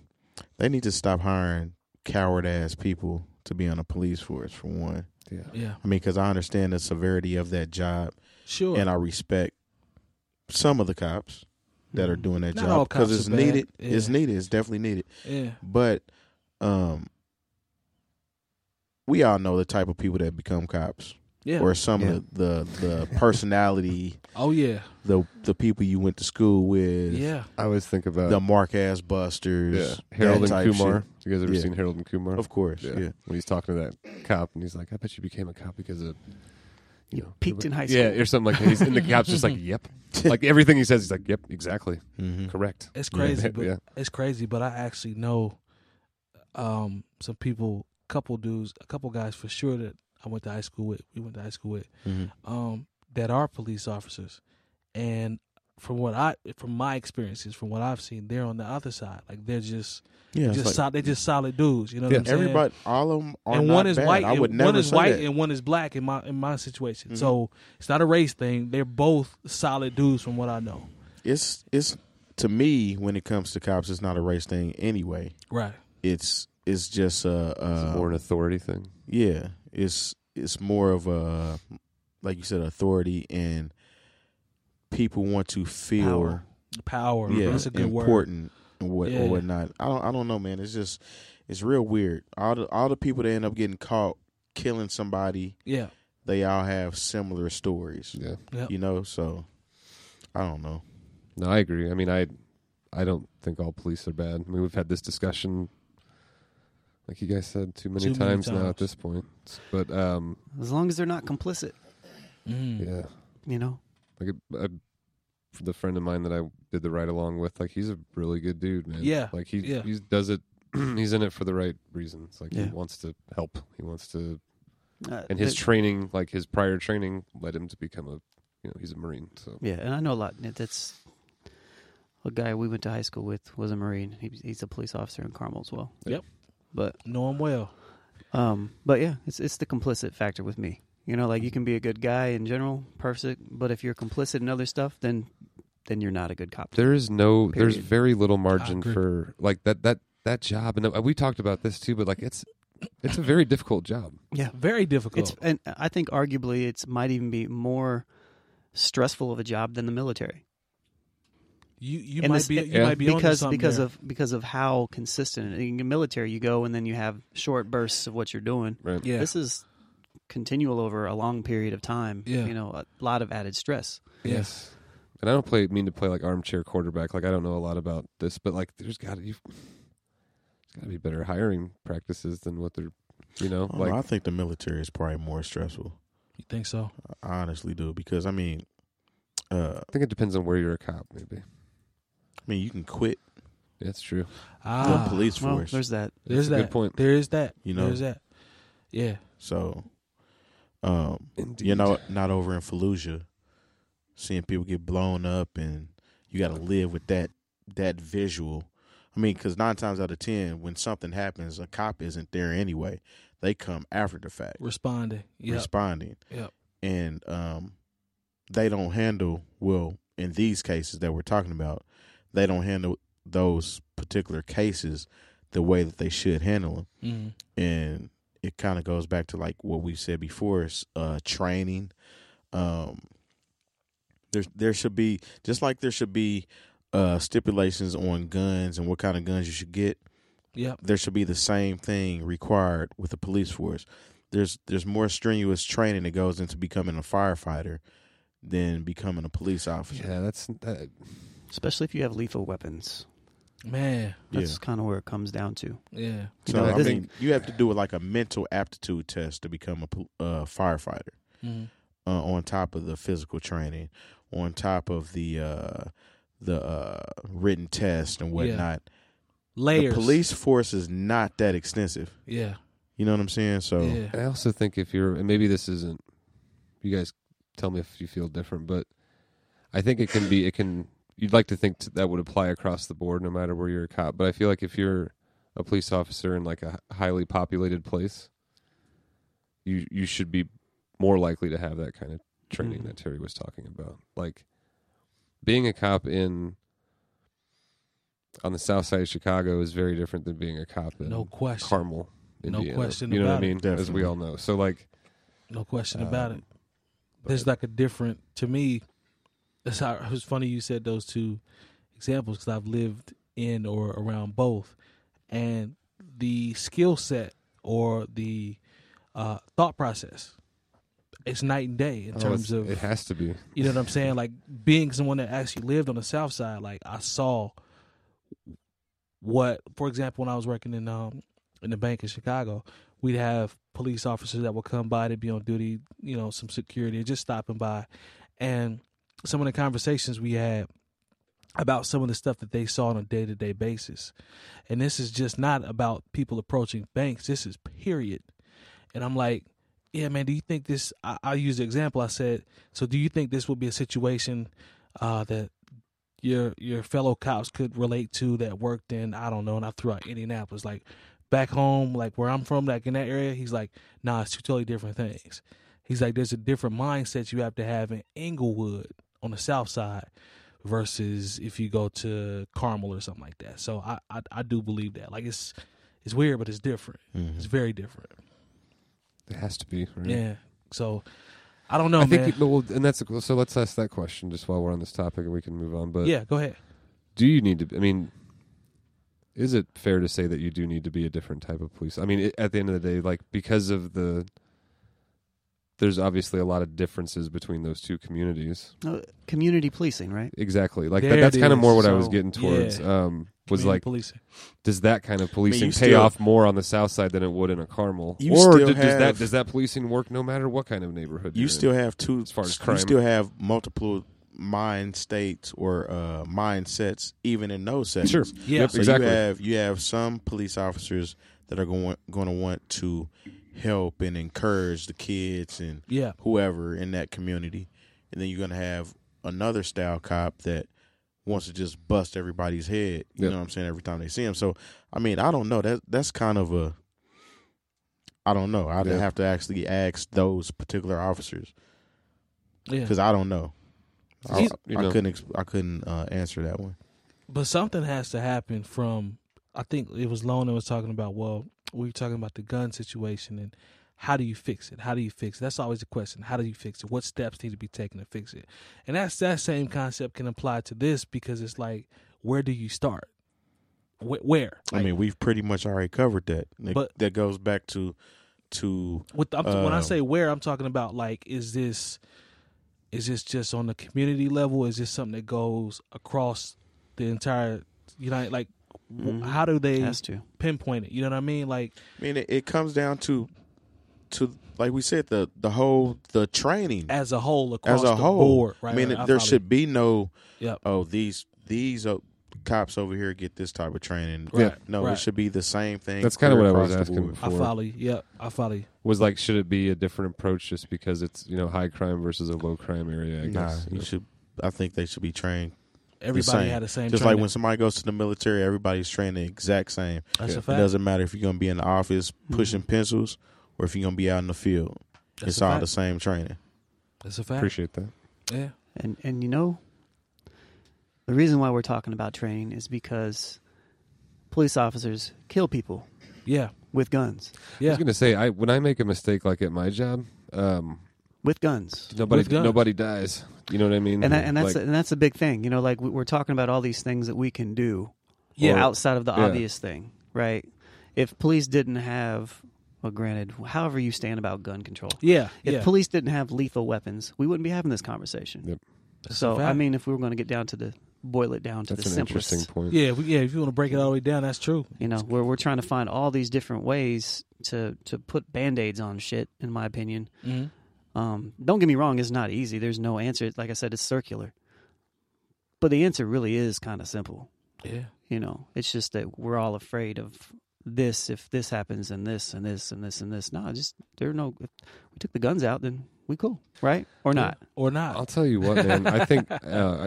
Speaker 1: They need to stop hiring coward ass people to be on the police force for one.
Speaker 4: Yeah.
Speaker 2: Yeah,
Speaker 1: I mean, because I understand the severity of that job,
Speaker 2: sure.
Speaker 1: and I respect some of the cops that are doing that
Speaker 2: Not all
Speaker 1: job because
Speaker 2: cops
Speaker 1: it's
Speaker 2: are bad.
Speaker 1: needed. It's
Speaker 2: Yeah.
Speaker 1: needed. It's definitely needed.
Speaker 2: yeah,
Speaker 1: But um, we all know the type of people that become cops,
Speaker 2: yeah.
Speaker 1: or some
Speaker 4: Yeah.
Speaker 1: of the, the (laughs) the personality,
Speaker 2: oh yeah,
Speaker 1: the the people you went to school with, uh,
Speaker 2: yeah.
Speaker 4: I always think about
Speaker 1: the Mark Ass Busters,
Speaker 4: yeah, Harold
Speaker 1: that
Speaker 4: and
Speaker 1: type
Speaker 4: Kumar.
Speaker 1: shit.
Speaker 4: You guys ever
Speaker 1: Yeah.
Speaker 4: seen Harold and Kumar?
Speaker 1: Of course, yeah.
Speaker 4: When he's talking to that cop, and he's like, "I bet you became a cop because of you,
Speaker 3: You
Speaker 4: know
Speaker 3: peaked in high
Speaker 4: Yeah,
Speaker 3: school.
Speaker 4: or something like that. He's, and the
Speaker 2: (laughs)
Speaker 4: cop's just like, "Yep." Like everything he says, he's like, "Yep, exactly,
Speaker 1: Mm-hmm.
Speaker 4: correct."
Speaker 2: It's
Speaker 1: (laughs)
Speaker 2: (laughs)
Speaker 1: Yeah.
Speaker 2: crazy,
Speaker 4: (laughs) Yeah.
Speaker 2: but it's crazy. But I actually know um, some people, couple dudes, a couple guys for sure that I went to high school with. We went to high school with
Speaker 1: Mm-hmm.
Speaker 2: um, that are police officers, and from what I, from my experiences, from what I've seen, they're on the other side. Like they're just,
Speaker 1: Yeah, it's
Speaker 2: just
Speaker 1: like-
Speaker 2: solid. They're just solid dudes. You know
Speaker 4: Yeah,
Speaker 2: what I'm saying?
Speaker 1: everybody, all of them are
Speaker 2: and
Speaker 1: not
Speaker 2: one is
Speaker 1: bad.
Speaker 2: white.
Speaker 1: I would
Speaker 2: and
Speaker 1: never
Speaker 2: one is
Speaker 1: say
Speaker 2: white
Speaker 1: that.
Speaker 2: and one is black in my in my situation.
Speaker 1: Mhm.
Speaker 2: So it's not a race thing. They're both solid dudes from what I know.
Speaker 1: it's it's to me when it comes to cops, it's not a race thing anyway.
Speaker 2: Right.
Speaker 1: It's it's just uh,
Speaker 4: It's
Speaker 1: uh
Speaker 4: more an authority thing.
Speaker 1: yeah, it's it's more of a like you said authority and people want to feel
Speaker 2: Power. Power.
Speaker 1: yeah
Speaker 2: That's a good word.
Speaker 1: important and what
Speaker 2: Yeah.
Speaker 1: or whatnot. I don't I don't know, man. It's just it's real weird. All the all the people that end up getting caught killing somebody,
Speaker 2: Yeah.
Speaker 1: they all have similar stories.
Speaker 4: Yeah.
Speaker 2: Yep.
Speaker 1: You know, so I don't know.
Speaker 4: No, I agree. I mean, I I don't think all police are bad. I mean, we've had this discussion, like you guys said, too many,
Speaker 2: Too many
Speaker 4: times, now
Speaker 2: times.
Speaker 4: at this point. But um,
Speaker 3: As long as they're not complicit,
Speaker 2: Mm.
Speaker 4: yeah,
Speaker 3: you know.
Speaker 4: like a, a, the friend of mine that I did the ride along with, like he's a really good dude, man.
Speaker 2: Yeah,
Speaker 4: like he
Speaker 2: yeah.
Speaker 4: he does it. (clears throat) he's in it for the right reasons. Like
Speaker 3: Yeah.
Speaker 4: he wants to help. He wants to,
Speaker 3: Uh,
Speaker 4: and his
Speaker 3: the-
Speaker 4: training, like his prior training, led him to become a, you know, he's a marine. So
Speaker 3: yeah, and I know a lot. that- That's a guy we went to high school with was a Marine. He, he's a police officer in Carmel as well.
Speaker 2: Yep.
Speaker 3: But
Speaker 2: Know him well.
Speaker 3: Um, but yeah, it's it's the complicit factor with me. You know, like you can be a good guy in general, perfect, but if you're complicit in other stuff, then then you're not a good cop.
Speaker 4: there is no, there's
Speaker 3: Period.
Speaker 4: very little margin
Speaker 2: agree.
Speaker 4: for like that that that job. And uh, we talked about this too, but like it's it's a very difficult job.
Speaker 3: Yeah,
Speaker 2: Very difficult.
Speaker 3: it's and I think arguably it's might even be more stressful of a job than the military.
Speaker 2: you you
Speaker 3: And
Speaker 2: might
Speaker 3: this-
Speaker 2: be you
Speaker 4: yeah.
Speaker 2: might be onto
Speaker 3: because
Speaker 2: something
Speaker 3: because
Speaker 2: there.
Speaker 3: of because of how consistent in the military you go and then you have short bursts of what you're doing.
Speaker 4: Right.
Speaker 2: yeah.
Speaker 3: This is continual over a long period of time.
Speaker 2: Yeah.
Speaker 3: You know, a lot of added stress.
Speaker 4: Yes. And I don't play mean to play like armchair quarterback. Like I don't know a lot about this, but like there's got to you've there's got to be better hiring practices than what they're you know
Speaker 1: I, don't know.
Speaker 4: like
Speaker 1: I think the military is probably more stressful.
Speaker 2: you think so?
Speaker 1: I honestly do because I mean, uh,
Speaker 4: I think it depends on where you're a cop. Maybe
Speaker 1: I mean you can quit
Speaker 4: that's true.
Speaker 1: the
Speaker 2: Ah,
Speaker 1: police
Speaker 3: Well,
Speaker 1: force,
Speaker 3: there's that.
Speaker 2: There's
Speaker 4: That's a
Speaker 2: that.
Speaker 4: good point.
Speaker 2: There is that.
Speaker 1: You know.
Speaker 2: There's that. Yeah.
Speaker 1: so um,
Speaker 4: Indeed.
Speaker 1: you know, not over in Fallujah, seeing people get blown up, and you got to live with that that visual. I mean, because nine times out of ten, when something happens, a cop isn't there anyway. They come after the fact,
Speaker 2: Responding. Yeah.
Speaker 1: responding,
Speaker 2: Yep.
Speaker 1: and um, they don't handle well in these cases that we're talking about. They don't handle those particular cases the way that they should handle them
Speaker 2: Mhm.
Speaker 1: and it kind of goes back to like what we said before is uh training um there there should be just like there should be uh stipulations on guns and what kind of guns you should get
Speaker 2: Yep.
Speaker 1: there should be the same thing required with the police force there's there's more strenuous training that goes into becoming a firefighter than becoming a police officer
Speaker 4: Yeah, that's that,
Speaker 3: Especially if you have lethal weapons.
Speaker 2: Man.
Speaker 3: That's kind of where it comes down to.
Speaker 2: Yeah.
Speaker 1: so
Speaker 3: know,
Speaker 1: i
Speaker 3: this-
Speaker 1: mean you have to do like a mental aptitude test to become a pol- uh, firefighter
Speaker 2: Mhm.
Speaker 1: uh, on top of the physical training, on top of the uh, the uh, written test and
Speaker 2: Yeah.
Speaker 1: whatnot.
Speaker 2: layers.
Speaker 1: The police force is not that extensive.
Speaker 2: Yeah.
Speaker 1: You know what I'm saying? So
Speaker 2: Yeah.
Speaker 4: And I also think if you're, and maybe this isn't, you guys tell me if you feel different, but I think it can be, it can, you'd like to think t- that would apply across the board no matter where you're a cop. But I feel like if you're a police officer in like a h- highly populated place, you, you should be more likely to have that kind of training
Speaker 2: Mm-hmm.
Speaker 3: Mhm.
Speaker 4: that Terry was talking about. Like being a cop in, on the south side of Chicago is very different than being a cop in
Speaker 2: No question.
Speaker 4: Carmel.
Speaker 2: No
Speaker 4: Indiana.
Speaker 2: question
Speaker 4: You know what I
Speaker 2: about it.
Speaker 4: mean? As we
Speaker 1: Definitely.
Speaker 4: all know. So like
Speaker 2: No question about
Speaker 4: um,
Speaker 2: it. There's
Speaker 4: but-
Speaker 2: like a different to me. That's how it was funny you said those two examples because I've lived in or around both, and the skill set or the uh, thought process, it's night and day in
Speaker 4: oh,
Speaker 2: terms
Speaker 4: it's-
Speaker 2: of
Speaker 4: it has to be.
Speaker 2: you know what I'm saying? Like being someone that actually lived on the South Side, like I saw what, for example, when I was working in um in the bank in Chicago, we'd have police officers that would come by to be on duty, you know, some security, just stopping by, and some of the conversations we had about some of the stuff that they saw on a day to day basis, and this is just not about people approaching banks. This is period, and I'm like. Yeah, man. Do you think this? I, I use the example. I said, so, do you think this would be a situation uh, that your your fellow cops could relate to that worked in I don't know, and I threw out Indianapolis, like back home, like where I'm from, like in that area? He's like, nah, it's two totally different things. He's like, there's a different mindset you have to have in Englewood on the South Side versus if you go to Carmel or something like that. So I I, I do believe that. Like it's it's weird, but it's different.
Speaker 4: Mm-hmm.
Speaker 2: It's very different.
Speaker 4: It has to be. Right?
Speaker 2: Yeah. So I don't know,
Speaker 4: Mm-hmm. I
Speaker 2: man.
Speaker 4: think it, but well, and that's a, so. Let's ask that question just while we're on this topic, and we can move on. But
Speaker 2: yeah, go ahead.
Speaker 4: do you need to? I mean, is it fair to say that you do need to be a different type of police? I mean, it, at the end of the day, like because of the, there's obviously a lot of differences between those two communities.
Speaker 3: Uh, community policing, right?
Speaker 4: Exactly. Like that,
Speaker 2: There it
Speaker 4: that's kind of
Speaker 2: is.
Speaker 4: more what I was
Speaker 3: So,
Speaker 4: getting towards. Um, was
Speaker 2: Community
Speaker 4: like,
Speaker 2: policing.
Speaker 4: does that kind of
Speaker 1: you
Speaker 4: policing pay
Speaker 1: still-
Speaker 4: off more on the south side than it would in a Carmel?
Speaker 1: You
Speaker 4: or
Speaker 1: still
Speaker 4: do- does that
Speaker 1: have-
Speaker 4: does that policing work no matter what kind of neighborhood
Speaker 1: you
Speaker 4: are
Speaker 1: still have two
Speaker 4: As far as
Speaker 1: you
Speaker 4: crime.
Speaker 1: still have multiple mind states or uh, mindsets even in those
Speaker 4: in?
Speaker 1: settings.
Speaker 4: Sure.
Speaker 2: Yeah.
Speaker 4: Yep,
Speaker 1: So
Speaker 4: exactly.
Speaker 1: you have you have some police officers that are going going to want to help and encourage the kids and
Speaker 2: Yeah,
Speaker 1: whoever in that community, and then you're going to have another style cop that wants to just bust everybody's head. You
Speaker 4: Yep.
Speaker 1: know what I'm saying? Every time they see him. So I mean, I don't know. That that's kind of a I don't know. I'd
Speaker 4: Yeah.
Speaker 1: have to actually ask those particular officers
Speaker 2: yeah.
Speaker 1: because I don't know. I,
Speaker 2: He's-
Speaker 1: I
Speaker 4: You know.
Speaker 1: couldn't. exp- I couldn't uh, answer that one.
Speaker 2: But something has to happen from. I think it was Lona was talking about. Well, we were talking about the gun situation and how do you fix it? How do you fix it? That's always the question. How do you fix it? What steps need to be taken to fix it? And that's that same concept can apply to this because it's like, where do you start? Wh- where?
Speaker 1: I mean, we've pretty much already covered that. That-
Speaker 2: But-
Speaker 1: that goes back to to
Speaker 2: With I'm, when I
Speaker 1: Um,
Speaker 2: say where, I'm talking about like, is this is this just on the community level? Is this something that goes across the entire United? Like,
Speaker 1: Mm-hmm.
Speaker 4: Mm-hmm.
Speaker 2: w how do they
Speaker 3: Has to.
Speaker 2: pinpoint it? You know what I mean? Like,
Speaker 1: I mean, it, it comes down to, to like we said, the the whole the training
Speaker 2: as a whole, across
Speaker 1: as a
Speaker 2: the
Speaker 1: whole.
Speaker 2: board, right?
Speaker 1: I mean,
Speaker 2: right,
Speaker 1: there
Speaker 2: follow
Speaker 1: should be no,
Speaker 2: you. Yep.
Speaker 1: oh these these uh, cops over here get this type of training.
Speaker 2: Right,
Speaker 1: No,
Speaker 2: right.
Speaker 1: it should be the same thing.
Speaker 4: That's kinda what
Speaker 1: clear
Speaker 4: I was
Speaker 1: across the
Speaker 4: asking
Speaker 1: board.
Speaker 2: I
Speaker 4: for-
Speaker 2: follow you. Yep, I follow you.
Speaker 4: was like, should it be a different approach just because it's you know high crime versus a low crime area? I
Speaker 1: Nah,
Speaker 4: guess. Uh, you
Speaker 1: you
Speaker 4: know?
Speaker 1: should. I think they should be trained
Speaker 2: Everybody
Speaker 1: same.
Speaker 2: had the same.
Speaker 1: just like
Speaker 2: training.
Speaker 1: when somebody goes to the military. Everybody's trained the exact same.
Speaker 2: that's
Speaker 4: Yeah.
Speaker 2: a
Speaker 1: It
Speaker 2: fact. Mm-hmm.
Speaker 1: doesn't matter if you're gonna be in the office pushing pencils or if you're gonna be out in the field.
Speaker 2: That's
Speaker 1: it's
Speaker 2: a
Speaker 1: all
Speaker 2: fact.
Speaker 1: the same training.
Speaker 2: That's a fact.
Speaker 4: Appreciate that.
Speaker 2: Yeah.
Speaker 3: And and you know, the reason why we're talking about training is because police officers kill people
Speaker 2: Yeah.
Speaker 3: with guns.
Speaker 4: I
Speaker 2: Yeah.
Speaker 4: was gonna say, I when I make a mistake like at my job, um,
Speaker 3: With guns.
Speaker 4: nobody
Speaker 2: With guns.
Speaker 4: nobody dies. You know what I mean?
Speaker 3: And that, and that's
Speaker 4: Mm-hmm. Like,
Speaker 3: and that's a big thing. You know, like we- we're talking about all these things that we can do
Speaker 2: Yeah.
Speaker 3: outside of the
Speaker 4: yeah.
Speaker 3: obvious thing, right? If police didn't have well, granted, however you stand about gun control,
Speaker 2: Yeah.
Speaker 3: if
Speaker 2: yeah.
Speaker 3: police didn't have lethal weapons, we wouldn't be having this conversation.
Speaker 4: Yep.
Speaker 2: That's a
Speaker 3: So, I
Speaker 2: fact.
Speaker 3: mean, if we were going to get down to the boil it down to
Speaker 4: that's
Speaker 3: the
Speaker 4: an
Speaker 3: simplest,
Speaker 4: interesting point.
Speaker 2: Yeah. We, yeah. If you want to break it all the way down, that's true.
Speaker 3: you know, where we're trying to find all these different ways to to put band aids on shit, in my opinion.
Speaker 2: Mm-hmm.
Speaker 3: Um, don't get me wrong; it's not easy. There's no answer. Like I said, it's circular. But the answer really is kind of simple.
Speaker 2: Yeah.
Speaker 3: You know, it's just that we're all afraid of this if this happens and this and this and this and this. No, just there are no. If we took the guns out, then we cool, right? Or not?
Speaker 2: or not.
Speaker 4: I'll tell you what, man. I think (laughs) uh,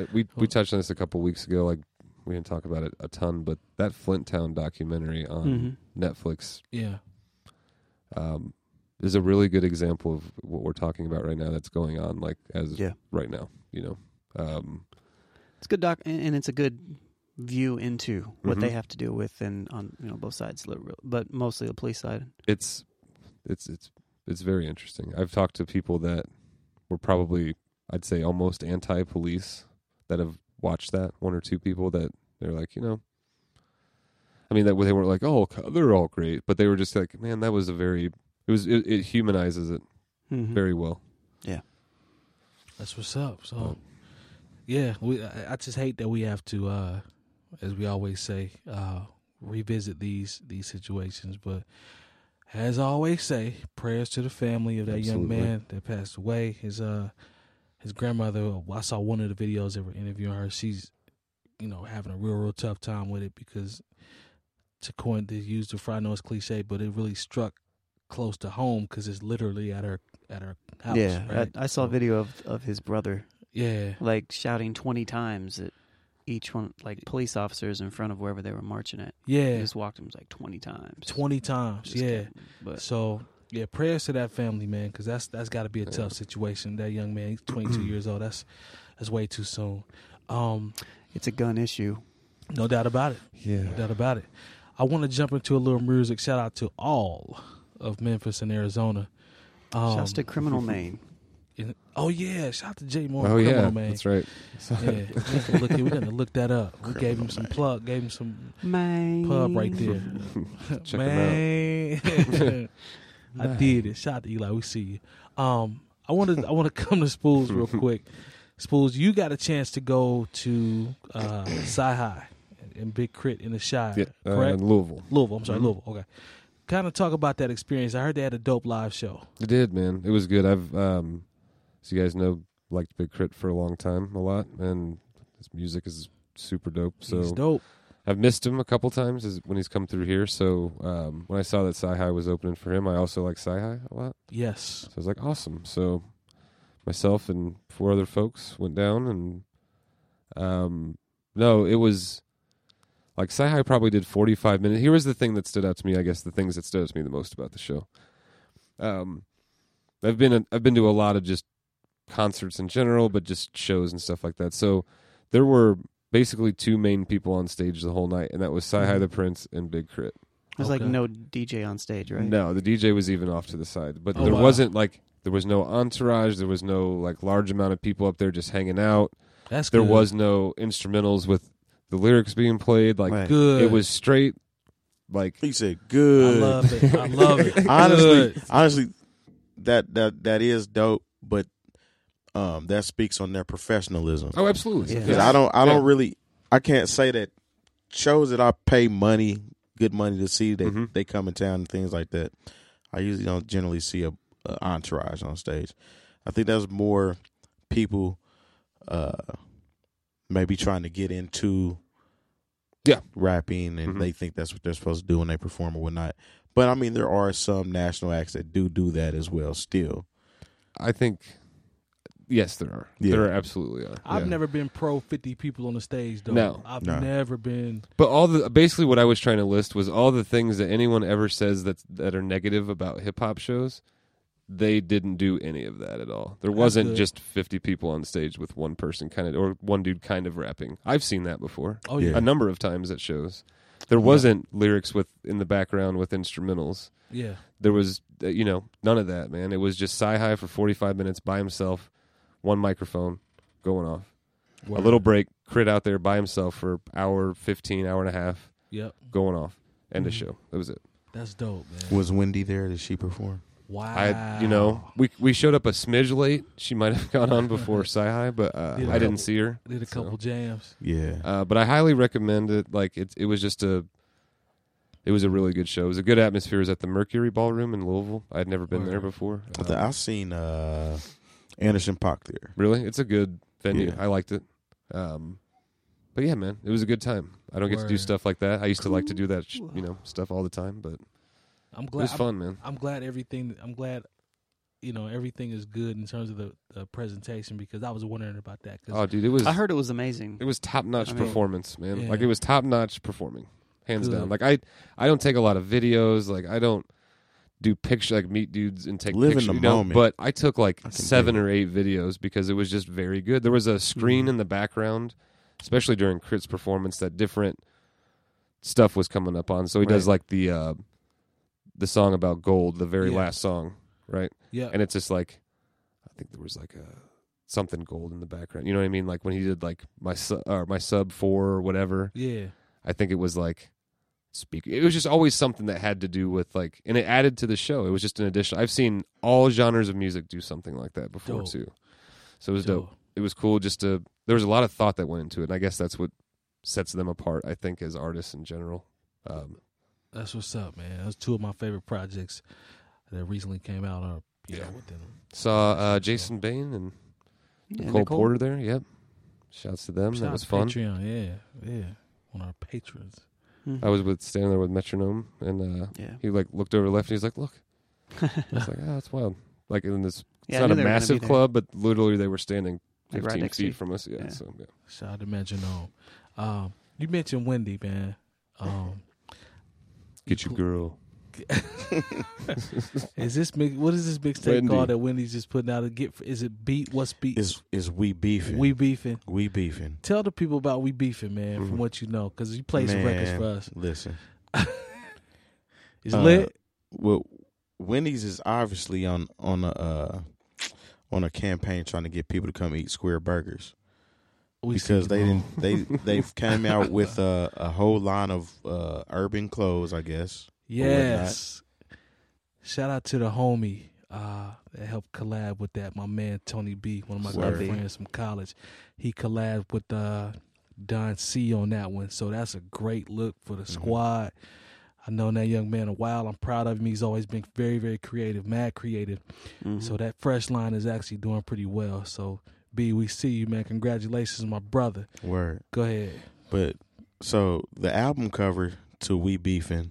Speaker 4: I- we we touched on this a couple weeks ago. Like we didn't talk about it a ton, but that Flint Town documentary
Speaker 3: Mhm.
Speaker 4: on Netflix
Speaker 2: yeah,
Speaker 4: um, is a really good example of what we're talking about right now. That's going on like as
Speaker 3: Yeah.
Speaker 4: right now. You know, um,
Speaker 3: It's good doc, and and it's a good view into what
Speaker 4: Mhm.
Speaker 3: they have to deal with, and on you know both sides, li- real- but mostly the police side.
Speaker 4: it's it's it's it's very interesting. I've talked to people that were probably I'd say almost anti-police that have watched that. One or two people that they're like, you know, I mean that they weren't like, oh, co- they're all great, but they were just like, man, that was a very it was it, it humanizes it
Speaker 3: Mhm.
Speaker 4: very well.
Speaker 2: that's what's up.
Speaker 3: Oh.
Speaker 2: So, yeah, we. I, I just hate that we have to, uh, as we always say, uh, revisit these these situations. But as I always say, prayers to the family of that young
Speaker 4: Absolutely.
Speaker 2: man that passed away. His uh, his grandmother. I saw one of the videos that were interviewing her. She's, you know, having a real real tough time with it because to coin to use the Fry Nose cliche, but it really struck close to home because it's literally at her at her house.
Speaker 3: yeah,
Speaker 2: right?
Speaker 3: I, I saw a
Speaker 2: So-
Speaker 3: video of of his brother
Speaker 2: Yeah,
Speaker 3: like shouting twenty times at each one, like police officers in front of wherever they were marching at. He
Speaker 2: yeah,
Speaker 3: just walked him like twenty times.
Speaker 2: twenty times.
Speaker 3: Just
Speaker 2: yeah,
Speaker 3: kidding. but
Speaker 2: so yeah, prayers to that family, man, because that's that's got to be a
Speaker 4: Yeah. Mm-hmm.
Speaker 2: tough situation. That young man, he's twenty two years old. That's that's way too soon. Um,
Speaker 3: it's a gun issue.
Speaker 2: no doubt about it.
Speaker 4: Yeah.
Speaker 2: No doubt about it. I want to jump into a little music. Shout out to all of Memphis and Arizona. Um,
Speaker 3: Shouts
Speaker 2: (laughs)
Speaker 3: to Criminal Maine.
Speaker 2: in- oh yeah, shout out to Jay Moore.
Speaker 4: Oh
Speaker 2: Criminal
Speaker 4: yeah,
Speaker 2: man.
Speaker 4: that's right. So-
Speaker 2: Yeah, we gotta look, we gotta look that up. We gave him some plug, gave him some
Speaker 3: Maine.
Speaker 2: pub right there.
Speaker 4: Check
Speaker 2: Man, I did it. Shout out to Eli. We see you. Um, I wanted I want to come to Spools
Speaker 4: (laughs)
Speaker 2: real quick. Spools, you got a chance to go to uh, Sci High and Big Crit in the Shire,
Speaker 4: (laughs) Yeah, uh,
Speaker 2: correct?
Speaker 4: in Louisville.
Speaker 2: Louisville. I'm sorry,
Speaker 4: Mhm.
Speaker 2: Louisville. Okay. Kind of talk about that experience. I heard they had a dope live show.
Speaker 4: It did, man. It was good. I've um so you guys know liked Big Crit for a long time a lot and his music is super dope. So
Speaker 2: He's dope.
Speaker 4: I've missed him a couple times is when he's come through here. So um when I saw that Sci High was opening for him, I also like Sci High a lot.
Speaker 2: Yes.
Speaker 4: So I was like, awesome. So myself and four other folks went down and um no, it was like Sci High probably did forty five minutes. Here was the thing that stood out to me, I guess the things that stood out to me the most about the show. Um I've been a, I've been to a lot of just concerts in general, but just shows and stuff like that. So there were basically two main people on stage the whole night, and that was Sci High the Prince and Big Crit.
Speaker 3: There's like
Speaker 2: Okay.
Speaker 3: no DJ on stage, right?
Speaker 4: No, the DJ was even off to the side, but
Speaker 2: Oh,
Speaker 4: there
Speaker 2: wow.
Speaker 4: wasn't like there was no entourage. There was no like large amount of people up there just hanging out.
Speaker 2: That's
Speaker 4: There
Speaker 2: good.
Speaker 4: was no instrumentals with the lyrics being played. Like
Speaker 3: Right.
Speaker 2: good.
Speaker 4: it was straight. Like
Speaker 1: He said,
Speaker 2: I
Speaker 1: "Good."
Speaker 2: love it. I love
Speaker 4: (laughs)
Speaker 2: it.
Speaker 1: (laughs) honestly,
Speaker 2: Good.
Speaker 1: honestly, that that that is dope, but um, that speaks on their professionalism.
Speaker 4: oh, absolutely.
Speaker 3: Yeah.
Speaker 1: Because I don't, I don't really, I can't say that shows that I pay money, good money to see they
Speaker 3: Mm-hmm.
Speaker 4: Mhm.
Speaker 1: they come in town and things like that. I usually don't generally see a, a entourage on stage. I think that's more people, uh, maybe trying to get into,
Speaker 4: Yeah.
Speaker 1: rapping, and
Speaker 3: Mm-hmm.
Speaker 4: Mhm.
Speaker 1: they think that's what they're supposed to do when they perform or whatnot. But I mean, there are some national acts that do do that as well. Still,
Speaker 4: I think yes, there are.
Speaker 1: Yeah.
Speaker 4: There are absolutely are.
Speaker 2: I've
Speaker 4: Yeah.
Speaker 2: never been pro 50 people on the stage, though.
Speaker 4: No.
Speaker 2: I've
Speaker 1: No.
Speaker 2: never been.
Speaker 4: But all the basically what I was trying to list was all the things that anyone ever says that that are negative about hip hop shows. They didn't do any of that at all. There
Speaker 2: That's
Speaker 4: wasn't
Speaker 2: good.
Speaker 4: just fifty people on stage with one person kind of or one dude kind of rapping. I've seen that before
Speaker 2: Oh,
Speaker 1: Yeah.
Speaker 2: yeah.
Speaker 4: a number of times at shows. There wasn't lyrics with in the background with instrumentals.
Speaker 2: Yeah.
Speaker 4: There was uh, you know none of that man. It was just Sci High for forty five minutes by himself, one microphone going off. A little break, crit out there by himself for hour fifteen, hour and a half
Speaker 2: Yep.
Speaker 4: going off. End of
Speaker 2: Mhm.
Speaker 4: show. That was it.
Speaker 2: That's dope, man.
Speaker 1: was Wendy there? Did she perform?
Speaker 2: Wow.
Speaker 4: I you know we we showed up a smidge late. She might have (laughs) gone
Speaker 2: (laughs)
Speaker 4: on before Sci High, but
Speaker 2: Did a
Speaker 4: uh, I
Speaker 2: couple.
Speaker 4: didn't see her.
Speaker 2: did a
Speaker 4: so-
Speaker 2: couple jams.
Speaker 1: Yeah,
Speaker 4: Uh, but I highly recommend it. Like it it was just a it was a really good show. It was a good atmosphere. It was at the Mercury Ballroom in Louisville. I'd never been there
Speaker 2: Word.
Speaker 4: before.
Speaker 1: I th-
Speaker 4: Uh,
Speaker 1: I've seen uh, Anderson Pock there.
Speaker 4: really, it's a good venue.
Speaker 1: Yeah.
Speaker 4: I liked it. Um, but yeah, man, it was a good time. I don't get to do
Speaker 2: Word.
Speaker 4: stuff like that. I used to like to do that, sh-
Speaker 3: Cool.
Speaker 4: you know, stuff all the time, but
Speaker 2: I'm
Speaker 4: it
Speaker 2: glad.
Speaker 4: was
Speaker 2: I'm,
Speaker 4: fun, man.
Speaker 2: I'm glad everything. I'm glad, you know, everything is good in terms of the, the presentation because I was wondering about that. Cause
Speaker 4: Oh, dude, it was
Speaker 3: I heard it was amazing.
Speaker 4: it was top notch
Speaker 3: I mean-
Speaker 4: performance, man. Like
Speaker 2: Yeah.
Speaker 4: it was top notch performing, hands
Speaker 2: Good.
Speaker 4: down. Like I, I don't take a lot of videos. Like I don't do picture like meet dudes and take
Speaker 1: Live in
Speaker 4: pictures.
Speaker 1: the
Speaker 4: you know?
Speaker 1: moment.
Speaker 4: But I took like
Speaker 1: I can do
Speaker 4: seven or eight videos because it was just very good. There was a screen in the background, especially during Crit's performance, that different stuff was coming up on. So he does
Speaker 1: Right.
Speaker 4: like the uh the song about gold, the very
Speaker 2: Yeah.
Speaker 4: last song, right?
Speaker 2: yeah,
Speaker 4: and it's just like I think there was like a something gold in the background. You know what I mean? Like when he did like my su- or my sub four or whatever.
Speaker 2: yeah,
Speaker 4: I think it was like speak. It was just always something that had to do with like, and it added to the show. It was just an addition. I've seen all genres of music do something like that before
Speaker 2: Dope.
Speaker 4: too. So it was dope. It was cool. Just to there was a lot of thought that went into it, and I guess that's what sets them apart. I think as artists in general. Um,
Speaker 2: That's what's up, man. That's two of my favorite projects that recently came out. Are you
Speaker 4: Yeah.
Speaker 2: know within
Speaker 4: saw uh, Jason Bain and
Speaker 3: Yeah,
Speaker 4: Cole
Speaker 3: Nicole.
Speaker 4: Porter there. Yep. Shouts to them. That was fun.
Speaker 2: Patreon, yeah, yeah, on our patrons.
Speaker 4: I was with standing there with metronome, and uh,
Speaker 3: Mm-hmm. (laughs) Yeah.
Speaker 4: he like looked over left, and he's like, "Look," it's like, "Oh, that's wild." Like in this,
Speaker 3: Yeah, I
Speaker 4: it's not
Speaker 3: knew
Speaker 4: a
Speaker 3: they were gonna
Speaker 4: massive
Speaker 3: be there.
Speaker 4: club, but literally they were standing
Speaker 3: Like, right
Speaker 4: fifteen
Speaker 3: next to
Speaker 4: feet
Speaker 3: you.
Speaker 4: from us. Yeah,
Speaker 3: Yeah.
Speaker 4: so yeah.
Speaker 2: Shout out to Metronome. Um, you mentioned Wendy, man. Um,
Speaker 4: get your girl.
Speaker 2: is this big, what is this mixtape
Speaker 4: Wendy.
Speaker 2: called that Wendy's just putting out? A get is it beat? What's beat?
Speaker 1: Is is we beefing?
Speaker 2: we beefing?
Speaker 1: we beefing.
Speaker 2: Tell the people about we beefing, man. From
Speaker 4: Mhm.
Speaker 2: what you know, because you played some records
Speaker 1: Mm-hmm. Man,
Speaker 2: for us.
Speaker 1: Listen,
Speaker 2: It's
Speaker 1: Uh,
Speaker 2: lit.
Speaker 1: well, Wendy's is obviously on on a uh, on a campaign trying to get people to come eat square burgers
Speaker 2: We see
Speaker 1: because
Speaker 2: you,
Speaker 1: they
Speaker 2: bro.
Speaker 1: didn't
Speaker 2: (laughs)
Speaker 1: they they've came out with a, a whole line of uh, urban clothes, I guess.
Speaker 2: Yes. Shout out to the homie uh, that helped collab with that. My man Tony B, one of my
Speaker 1: Word.
Speaker 2: good friends from college. He collabed with uh, Don C on that one. So that's a great look for
Speaker 1: Mm-hmm.
Speaker 2: the squad. I known that young man a while. I'm proud of him. He's always been very, very creative, mad creative.
Speaker 1: Mm-hmm.
Speaker 3: Mhm.
Speaker 2: So that fresh line is actually doing pretty well. So B, we see you, man. Congratulations, my brother.
Speaker 1: Word.
Speaker 2: Go ahead.
Speaker 1: But so the album cover to We Beefing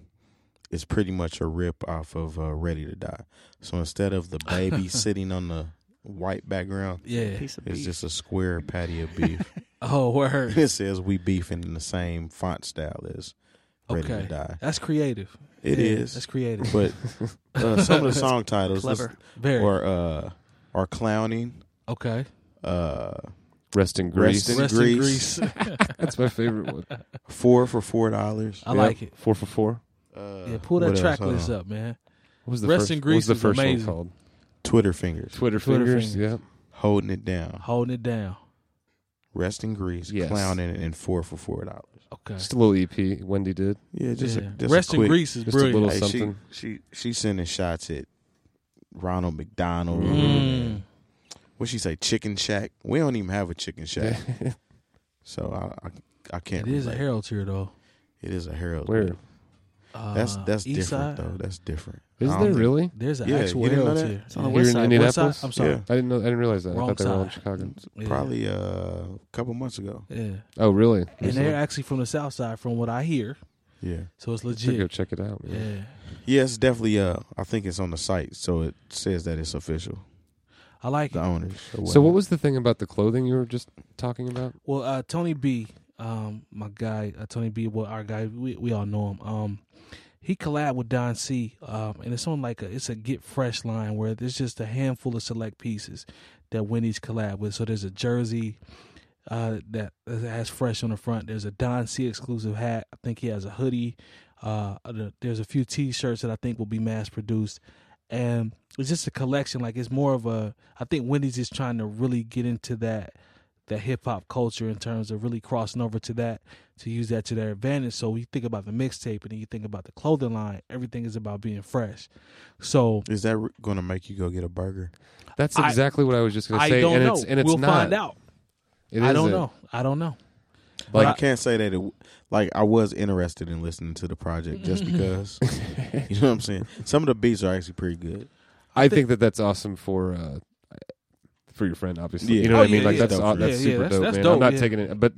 Speaker 1: is pretty much a rip off of uh, Ready to Die. So instead of the
Speaker 2: (laughs)
Speaker 1: baby sitting on the white background,
Speaker 2: Yeah.
Speaker 3: piece of
Speaker 1: it's
Speaker 3: beef.
Speaker 1: just a square patty of
Speaker 3: (laughs)
Speaker 1: beef.
Speaker 2: (laughs) Oh, word.
Speaker 1: (laughs) it says We Beefing in the same font style as Ready
Speaker 2: Okay.
Speaker 1: to Die.
Speaker 2: That's creative.
Speaker 1: It
Speaker 2: Yeah,
Speaker 1: is, (laughs)
Speaker 2: That's creative.
Speaker 1: but uh,
Speaker 2: (laughs)
Speaker 1: some of the song titles let's-
Speaker 3: clever.
Speaker 2: Very.
Speaker 1: are uh, are clowning.
Speaker 2: okay.
Speaker 1: Uh,
Speaker 4: Rest in Greece.
Speaker 1: in-
Speaker 2: Rest
Speaker 1: Greece.
Speaker 2: in Greece.
Speaker 4: (laughs)
Speaker 2: (laughs)
Speaker 4: That's my favorite one.
Speaker 1: four for four dollars.
Speaker 2: I
Speaker 4: Yeah.
Speaker 2: like it.
Speaker 4: Four for four.
Speaker 1: Uh,
Speaker 2: Uh, Yeah, pull that
Speaker 1: what
Speaker 2: track
Speaker 1: else? Uh-huh. Hold
Speaker 2: list
Speaker 1: on.
Speaker 2: up, man.
Speaker 4: What was the
Speaker 2: Rest
Speaker 4: first,
Speaker 2: in
Speaker 4: what was
Speaker 2: Greece
Speaker 4: the
Speaker 2: is
Speaker 4: first
Speaker 2: amazing.
Speaker 4: one called?
Speaker 1: Twitter fingers,
Speaker 4: Twitter,
Speaker 2: Twitter
Speaker 4: fingers.
Speaker 2: fingers.
Speaker 1: holding it down.
Speaker 2: Holding it down.
Speaker 1: Rest in Greece,
Speaker 4: Yes.
Speaker 1: clowning, and four for four dollars.
Speaker 2: Okay.
Speaker 4: Yeah, just a little EP. Wendy did
Speaker 1: Yeah, just
Speaker 2: Yeah.
Speaker 1: a just
Speaker 2: Rest
Speaker 1: a quick,
Speaker 2: in Greece is
Speaker 4: just a
Speaker 2: brilliant.
Speaker 4: little
Speaker 1: Hey, she,
Speaker 4: something.
Speaker 1: she she sending shots at Ronald McDonald.
Speaker 2: Mm.
Speaker 1: and What she say? Chicken Shack. We don't even have a Chicken Shack, so I I, I
Speaker 2: It
Speaker 1: can't.
Speaker 2: is a
Speaker 1: relate.
Speaker 2: Herald here though.
Speaker 1: It is a Herald.
Speaker 4: (laughs) Where
Speaker 2: Uh,
Speaker 1: That's that's
Speaker 2: East side.
Speaker 1: different though. That's different.
Speaker 4: is
Speaker 1: I don't
Speaker 4: there
Speaker 1: think-
Speaker 4: really?
Speaker 2: There's an
Speaker 1: Yeah,
Speaker 2: actual
Speaker 1: you didn't know
Speaker 2: Herald
Speaker 1: that?
Speaker 2: here.
Speaker 3: It's on the
Speaker 4: Here
Speaker 3: west
Speaker 4: in
Speaker 3: side.
Speaker 2: West
Speaker 4: Indianapolis.
Speaker 2: side? I'm sorry.
Speaker 1: Yeah.
Speaker 4: I didn't know. I didn't realize that.
Speaker 2: Wrong
Speaker 4: I thought they were all in
Speaker 2: side.
Speaker 4: Chicago.
Speaker 2: Yeah.
Speaker 1: Probably uh, a couple months ago.
Speaker 2: Yeah.
Speaker 4: Oh, really?
Speaker 2: And they're actually from the south side, from what I hear.
Speaker 1: Yeah,
Speaker 2: So it's
Speaker 4: Should go
Speaker 2: legit.
Speaker 4: check it out. Man.
Speaker 2: Yeah.
Speaker 1: yeah. It's definitely. Uh, I think it's on the site, so it says that it's official.
Speaker 2: I like
Speaker 1: The
Speaker 2: it.
Speaker 1: owners. or
Speaker 4: So what
Speaker 1: whatever.
Speaker 4: was the thing about the clothing you were just talking about?
Speaker 2: Well, uh, Tony B, um, my guy, uh, Tony B, well, our guy, we, we all know him. Um, he collabed with Don C, um, and it's on like a it's a get fresh line where there's just a handful of select pieces that Wendy's collab with. So there's a jersey uh, that that has fresh on the front. There's a Don C exclusive hat. I think he has a hoodie. Uh, the- there's a few T-shirts that I think will be mass produced, and it's just a collection. Like it's more of a I think Wendy's is trying to really get into that that hip hop culture in terms of really crossing over to that to use that to their advantage. So you think about the mixtape and then you think about the clothing line. Everything is about being fresh. So
Speaker 1: Is that going to make you go get a burger?
Speaker 4: That's
Speaker 2: I-
Speaker 4: exactly what I was just going to
Speaker 2: I
Speaker 4: say.
Speaker 2: don't
Speaker 4: and
Speaker 2: know.
Speaker 4: It's, and it's
Speaker 2: we'll
Speaker 4: not.
Speaker 2: find out.
Speaker 4: It
Speaker 2: I don't
Speaker 4: isn't. (laughs)
Speaker 2: know. I don't know.
Speaker 1: Like
Speaker 2: But
Speaker 1: I can't say that it. w- Like I was interested in listening to the project just because. you know what I'm saying? Some of the beats are actually pretty good.
Speaker 4: I think that that's awesome for uh, for your friend, obviously.
Speaker 1: Yeah.
Speaker 4: You know
Speaker 2: Oh,
Speaker 4: what I
Speaker 2: yeah,
Speaker 4: mean? Like
Speaker 2: yeah,
Speaker 4: that's
Speaker 1: dope
Speaker 4: aw-
Speaker 1: for
Speaker 4: that's
Speaker 2: you. Yeah,
Speaker 4: super
Speaker 2: yeah, that's-
Speaker 4: dope,
Speaker 2: that's
Speaker 4: man.
Speaker 2: dope,
Speaker 4: I'm not
Speaker 2: yeah.
Speaker 4: taking it, but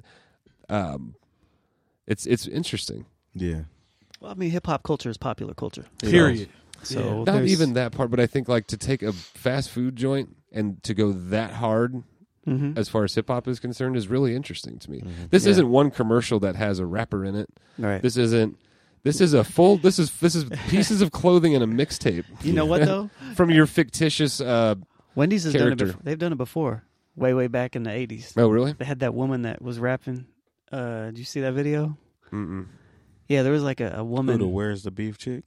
Speaker 4: um, It's it's interesting.
Speaker 1: Yeah.
Speaker 3: Well, I mean, hip hop culture is popular culture.
Speaker 1: You know,
Speaker 2: Period.
Speaker 3: So
Speaker 2: Yeah. Not
Speaker 4: Not
Speaker 3: there's-
Speaker 4: even that part, but I think like to take a fast food joint and to go that hard
Speaker 3: Mhm.
Speaker 4: as far as hip hop is concerned is really interesting to me.
Speaker 1: Mhm.
Speaker 4: This
Speaker 3: Yeah.
Speaker 4: isn't one commercial that has a rapper in it.
Speaker 3: Right.
Speaker 4: This isn't. This is a full. This is
Speaker 1: (laughs)
Speaker 4: this is pieces of clothing and a mixtape
Speaker 3: you know what though?
Speaker 4: from your fictitious. uh
Speaker 3: Wendy's has done it.
Speaker 4: Character.
Speaker 3: Before. They've done it before, way way back in the '80s.
Speaker 4: Oh, really?
Speaker 3: They had that woman that was rapping. Uh, did you see that video?
Speaker 4: Mm-mm.
Speaker 3: Yeah, there was like a, a
Speaker 1: Who the
Speaker 3: woman.
Speaker 1: where's the beef chick?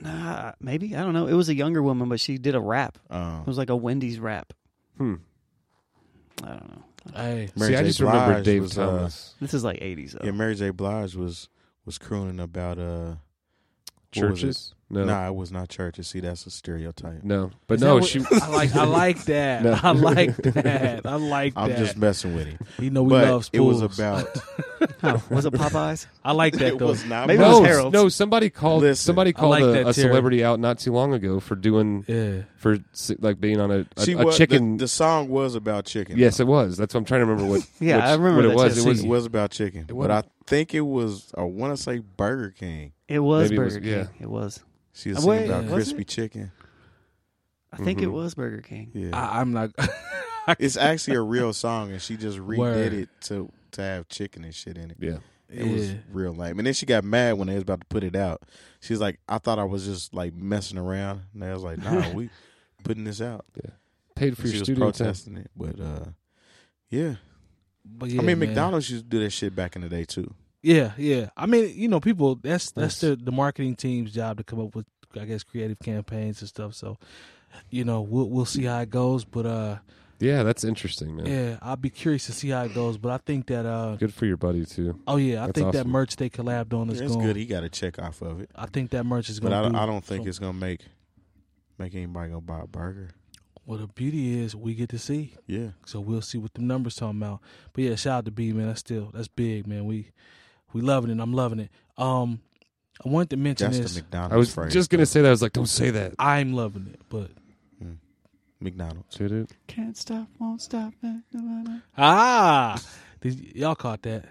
Speaker 3: Nah, maybe I don't know. It was a younger woman, but she did a rap.
Speaker 1: Um,
Speaker 3: It was like a Wendy's rap.
Speaker 4: Hmm.
Speaker 3: I don't know.
Speaker 2: Hey,
Speaker 1: Mary
Speaker 4: See, I
Speaker 1: J.
Speaker 4: just remember
Speaker 1: Blige
Speaker 4: Dave
Speaker 1: was, uh,
Speaker 4: Thomas.
Speaker 3: This is like '80s though.
Speaker 1: Yeah, Mary J. Blige was was crooning about uh what was it?
Speaker 4: Churches? No,
Speaker 1: Nah, it was not churches. See, that's a stereotype.
Speaker 4: no. But
Speaker 2: Is
Speaker 4: no,
Speaker 2: that what- (laughs)
Speaker 4: she.
Speaker 2: I like I
Speaker 1: (laughs)
Speaker 2: like that.
Speaker 4: No.
Speaker 2: I like that. I like
Speaker 1: I'm
Speaker 2: that.
Speaker 1: just messing with him.
Speaker 2: you know we
Speaker 1: but
Speaker 2: love
Speaker 1: it was
Speaker 2: spools.
Speaker 1: about
Speaker 3: Huh, was it Popeyes?
Speaker 2: I like that
Speaker 1: (laughs) it
Speaker 2: though.
Speaker 1: was not
Speaker 3: Maybe it
Speaker 4: no,
Speaker 3: was Harold.
Speaker 4: no. Somebody called.
Speaker 1: Listen,
Speaker 4: somebody
Speaker 2: I
Speaker 4: called
Speaker 2: like that,
Speaker 4: a, a
Speaker 2: Terry.
Speaker 4: celebrity out not too long ago for doing
Speaker 2: Yeah.
Speaker 4: for si- like being on a, a,
Speaker 1: She
Speaker 4: a
Speaker 1: was,
Speaker 4: chicken.
Speaker 1: The, the song was about chicken.
Speaker 4: yes, it was. That's what I'm trying to remember. What?
Speaker 3: (laughs) Yeah,
Speaker 4: which-
Speaker 3: I remember
Speaker 4: what
Speaker 3: that
Speaker 4: it was.
Speaker 3: too.
Speaker 4: It
Speaker 1: though.
Speaker 4: was.
Speaker 1: it was about chicken.
Speaker 4: It
Speaker 1: but I think it was. I want to say Burger King.
Speaker 3: It was
Speaker 4: Maybe it was-
Speaker 3: Burger King.
Speaker 4: yeah.
Speaker 3: It was.
Speaker 1: She was
Speaker 3: Uh,
Speaker 1: singing
Speaker 3: wait,
Speaker 1: about
Speaker 2: was
Speaker 1: crispy chicken.
Speaker 3: I think it
Speaker 4: Mhm.
Speaker 3: was Burger King.
Speaker 1: Yeah,
Speaker 2: I, I'm not. (laughs)
Speaker 1: it's actually a real song, and she just redid
Speaker 2: Word.
Speaker 1: it to to have chicken and shit in it.
Speaker 4: Yeah.
Speaker 1: It was real lame. And then she got mad when they was about to put it out. She's like, I thought I was just like messing around. And I was like,
Speaker 2: (laughs)
Speaker 1: nah, we putting this out.
Speaker 4: Paid for
Speaker 1: she
Speaker 4: your
Speaker 1: was
Speaker 4: studio time.
Speaker 1: protesting it. But uh yeah.
Speaker 2: But yeah,
Speaker 1: I mean
Speaker 2: man.
Speaker 1: McDonald's used to do that shit back in the day too.
Speaker 2: Yeah, yeah. I mean, you know, people. That's that's
Speaker 1: Yes.
Speaker 2: the the marketing team's job to come up with, I guess, creative campaigns and stuff. So, you know, we'll we'll see how it goes. But uh,
Speaker 4: Yeah, that's interesting, man.
Speaker 2: yeah, I'll be curious to see how it goes. But I think that uh,
Speaker 4: Good for your buddy too.
Speaker 2: oh yeah, I
Speaker 4: That's
Speaker 2: think that
Speaker 4: awesome.
Speaker 2: merch they collabed on is
Speaker 1: It's
Speaker 2: going.
Speaker 1: good. He got a check off of it.
Speaker 2: I think that merch is
Speaker 1: But
Speaker 2: going.
Speaker 1: I,
Speaker 2: do,
Speaker 1: I don't think
Speaker 2: so-
Speaker 1: it's gonna make make anybody go buy a burger.
Speaker 2: Well, the beauty is we get to see.
Speaker 1: Yeah.
Speaker 2: So we'll see what the numbers talking about. But yeah, shout out to B man. That's still that's big, man. We we loving it. I'm loving it. Um, I wanted to mention
Speaker 1: That's
Speaker 2: this.
Speaker 1: the McDonald's
Speaker 4: I was
Speaker 1: phrase.
Speaker 4: just gonna say that. I was like, don't say that.
Speaker 2: I'm loving it, but
Speaker 1: McDonald's.
Speaker 4: Did it?
Speaker 3: Can't stop, won't stop. na- na- na- na.
Speaker 2: ah, did, y'all caught that.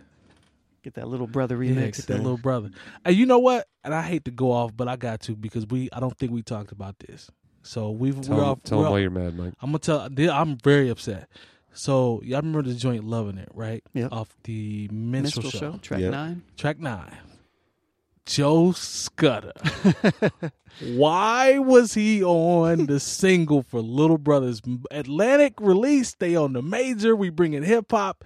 Speaker 3: Get that little brother
Speaker 2: Yeah,
Speaker 3: remix.
Speaker 2: get that little brother. And you know what? And I hate to go off, but I got to because we I don't think we talked about this. So we've
Speaker 4: Tell,
Speaker 2: we're
Speaker 4: him,
Speaker 2: off.
Speaker 4: tell
Speaker 2: we're
Speaker 4: him
Speaker 2: off-
Speaker 4: why you're mad, Mike.
Speaker 2: I'm gonna tell. I'm very upset. So y'all remember the joint "Loving It," right?
Speaker 3: Yep.
Speaker 2: Off the minstrel,
Speaker 3: Minstrel
Speaker 2: show.
Speaker 3: show, track
Speaker 1: Yeah.
Speaker 3: nine.
Speaker 2: track nine. Joe Scudder. (laughs) Why was he on
Speaker 3: (laughs)
Speaker 2: the single for Little Brothers? Atlantic release. They on the major. We bringing hip hop.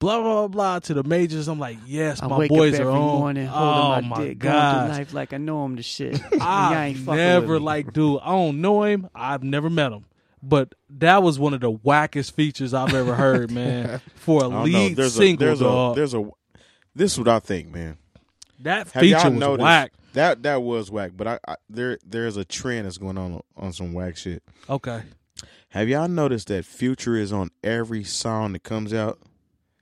Speaker 2: Blah blah blah blah to the majors. I'm like, yes,
Speaker 3: I
Speaker 2: my
Speaker 3: wake
Speaker 2: boys
Speaker 3: up every
Speaker 2: are on.
Speaker 3: morning holding
Speaker 2: oh
Speaker 3: my,
Speaker 2: my
Speaker 3: dick, going through
Speaker 2: god!
Speaker 3: life like I know him
Speaker 2: (laughs)
Speaker 3: to shit. I
Speaker 2: I
Speaker 3: ain't fucking
Speaker 2: never
Speaker 3: with me.
Speaker 2: like, dude. I don't know him. I've never met him. But that was one of the wackest features I've ever heard,
Speaker 3: (laughs)
Speaker 2: man. For a
Speaker 1: I don't know.
Speaker 2: lead
Speaker 1: There's a
Speaker 2: single,
Speaker 1: there's a
Speaker 2: dog.
Speaker 1: there's a this is what I think, man.
Speaker 2: that
Speaker 1: Have y'all
Speaker 2: feature was
Speaker 1: noticed
Speaker 2: whack.
Speaker 1: that that was whack? But I, I there there's a trend that's going on on some whack shit.
Speaker 2: Okay,
Speaker 1: Have y'all noticed that Future is on every song that comes out?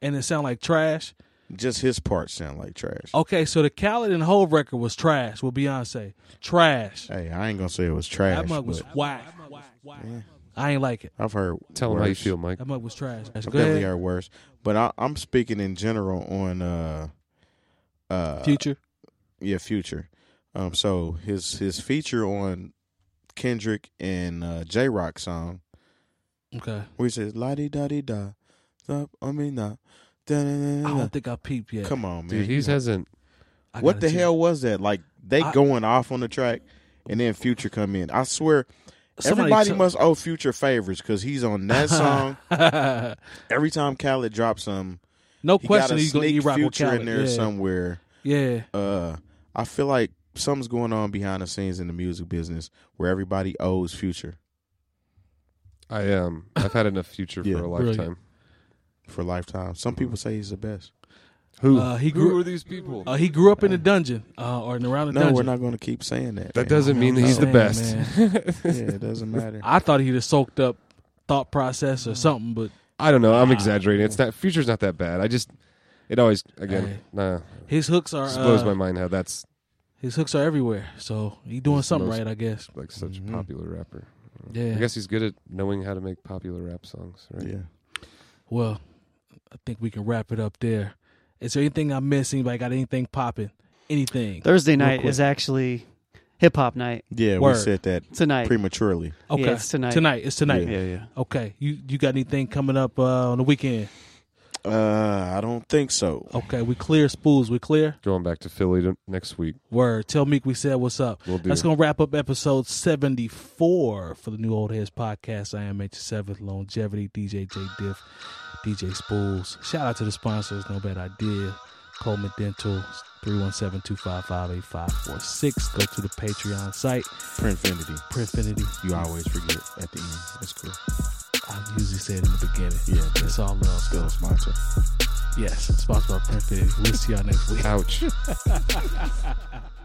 Speaker 2: and it sounded like trash.
Speaker 1: Just his parts sound like trash.
Speaker 2: Okay, so the Khaled and Hove record was trash with Beyonce. Trash.
Speaker 1: Hey, I ain't gonna say it was trash.
Speaker 2: that mug was
Speaker 1: but
Speaker 2: whack. I ain't like it.
Speaker 1: I've heard.
Speaker 4: Tell him
Speaker 1: worse.
Speaker 4: how you feel, Mike.
Speaker 2: That mug was trash. That's
Speaker 1: I've
Speaker 2: good.
Speaker 1: definitely heard worse. But I, I'm speaking in general on uh uh
Speaker 2: Future.
Speaker 1: yeah Future. Um, so his his feature on Kendrick and uh, J Rock song
Speaker 2: Okay.
Speaker 1: where he says la di da di da, da I mean da da da
Speaker 2: I
Speaker 1: da. da.
Speaker 2: don't think I peeped yet.
Speaker 1: Come on, man.
Speaker 4: Dude, he hasn't.
Speaker 2: I
Speaker 1: What
Speaker 2: gotta
Speaker 1: the
Speaker 2: check.
Speaker 1: hell was that? Like they
Speaker 2: I-
Speaker 1: going off on the track, and then Future come in. I swear,
Speaker 2: Somebody
Speaker 1: everybody
Speaker 2: tell-
Speaker 1: must owe Future favors because he's
Speaker 2: (laughs)
Speaker 1: on that song every time Khaled drops some.
Speaker 2: no
Speaker 1: He
Speaker 2: question
Speaker 1: got a
Speaker 2: he's going to
Speaker 1: sneak
Speaker 2: eat rock with
Speaker 1: Future
Speaker 2: Khaled.
Speaker 1: in there
Speaker 2: yeah.
Speaker 1: somewhere.
Speaker 2: yeah.
Speaker 1: Uh, I feel like something's going on behind the scenes in the music business where everybody owes Future
Speaker 4: I um. I've had enough future
Speaker 1: Yeah.
Speaker 4: for a
Speaker 2: Brilliant.
Speaker 4: lifetime.
Speaker 1: for lifetime. Some people say he's the best.
Speaker 4: Who?
Speaker 2: Uh, he grew-
Speaker 4: are these people?
Speaker 2: Uh, he grew up in the dungeon uh, or in around the
Speaker 1: No,
Speaker 2: dungeon.
Speaker 1: we're not going to keep saying that.
Speaker 4: that
Speaker 1: man.
Speaker 4: doesn't mean that he's the
Speaker 2: Damn,
Speaker 1: (laughs)
Speaker 4: best. (laughs)
Speaker 1: Yeah, it doesn't matter.
Speaker 2: (laughs) I thought he'd have soaked up thought process or
Speaker 1: Mm.
Speaker 2: something, but
Speaker 4: I don't know. I'm exaggerating. It's not. Future's not that bad. I just. It always
Speaker 2: Hey.
Speaker 4: again. Nah.
Speaker 2: his hooks are
Speaker 4: Just blows
Speaker 2: uh,
Speaker 4: my mind how that's
Speaker 2: his hooks are everywhere. So he doing
Speaker 4: He's the
Speaker 2: something
Speaker 4: most-
Speaker 2: right, I guess.
Speaker 4: like such
Speaker 1: Mhm.
Speaker 4: a popular rapper.
Speaker 2: Yeah.
Speaker 4: I guess he's good at knowing how to make popular rap songs, right?
Speaker 1: yeah.
Speaker 2: Well, I think we can wrap it up there. Is there anything I missed? Anybody got anything popping? Anything?
Speaker 3: Thursday
Speaker 2: Real
Speaker 3: night
Speaker 2: quick.
Speaker 3: is actually hip hop night
Speaker 1: Yeah,
Speaker 2: Word.
Speaker 1: we said that
Speaker 3: tonight.
Speaker 1: prematurely.
Speaker 2: Okay,
Speaker 3: Yeah, it's tonight.
Speaker 2: Tonight, it's tonight.
Speaker 3: yeah, yeah.
Speaker 2: Okay, you you got anything coming up uh, on the weekend?
Speaker 1: Uh, I don't think so.
Speaker 2: Okay, we clear spools. We clear.
Speaker 4: Going back to Philly to, next week.
Speaker 2: Word. Tell Meek we said what's up.
Speaker 4: We'll do.
Speaker 2: That's gonna wrap up episode seventy four for the New Old Heads podcast. I am H Seventh Longevity, DJ J Diff, DJ Spools. Shout out to the sponsors, No Bad Idea, Coleman Dental, 317-255-8546. Go to the Patreon site,
Speaker 1: Printfinity.
Speaker 2: Printfinity.
Speaker 1: You always forget at the end. It's cool.
Speaker 2: I usually say it in the beginning.
Speaker 1: Yeah,
Speaker 2: It's all love.
Speaker 1: still a sponsor.
Speaker 2: Yes, it's sponsored by Printfinity. We'll see y'all next week.
Speaker 4: Ouch.
Speaker 2: (laughs)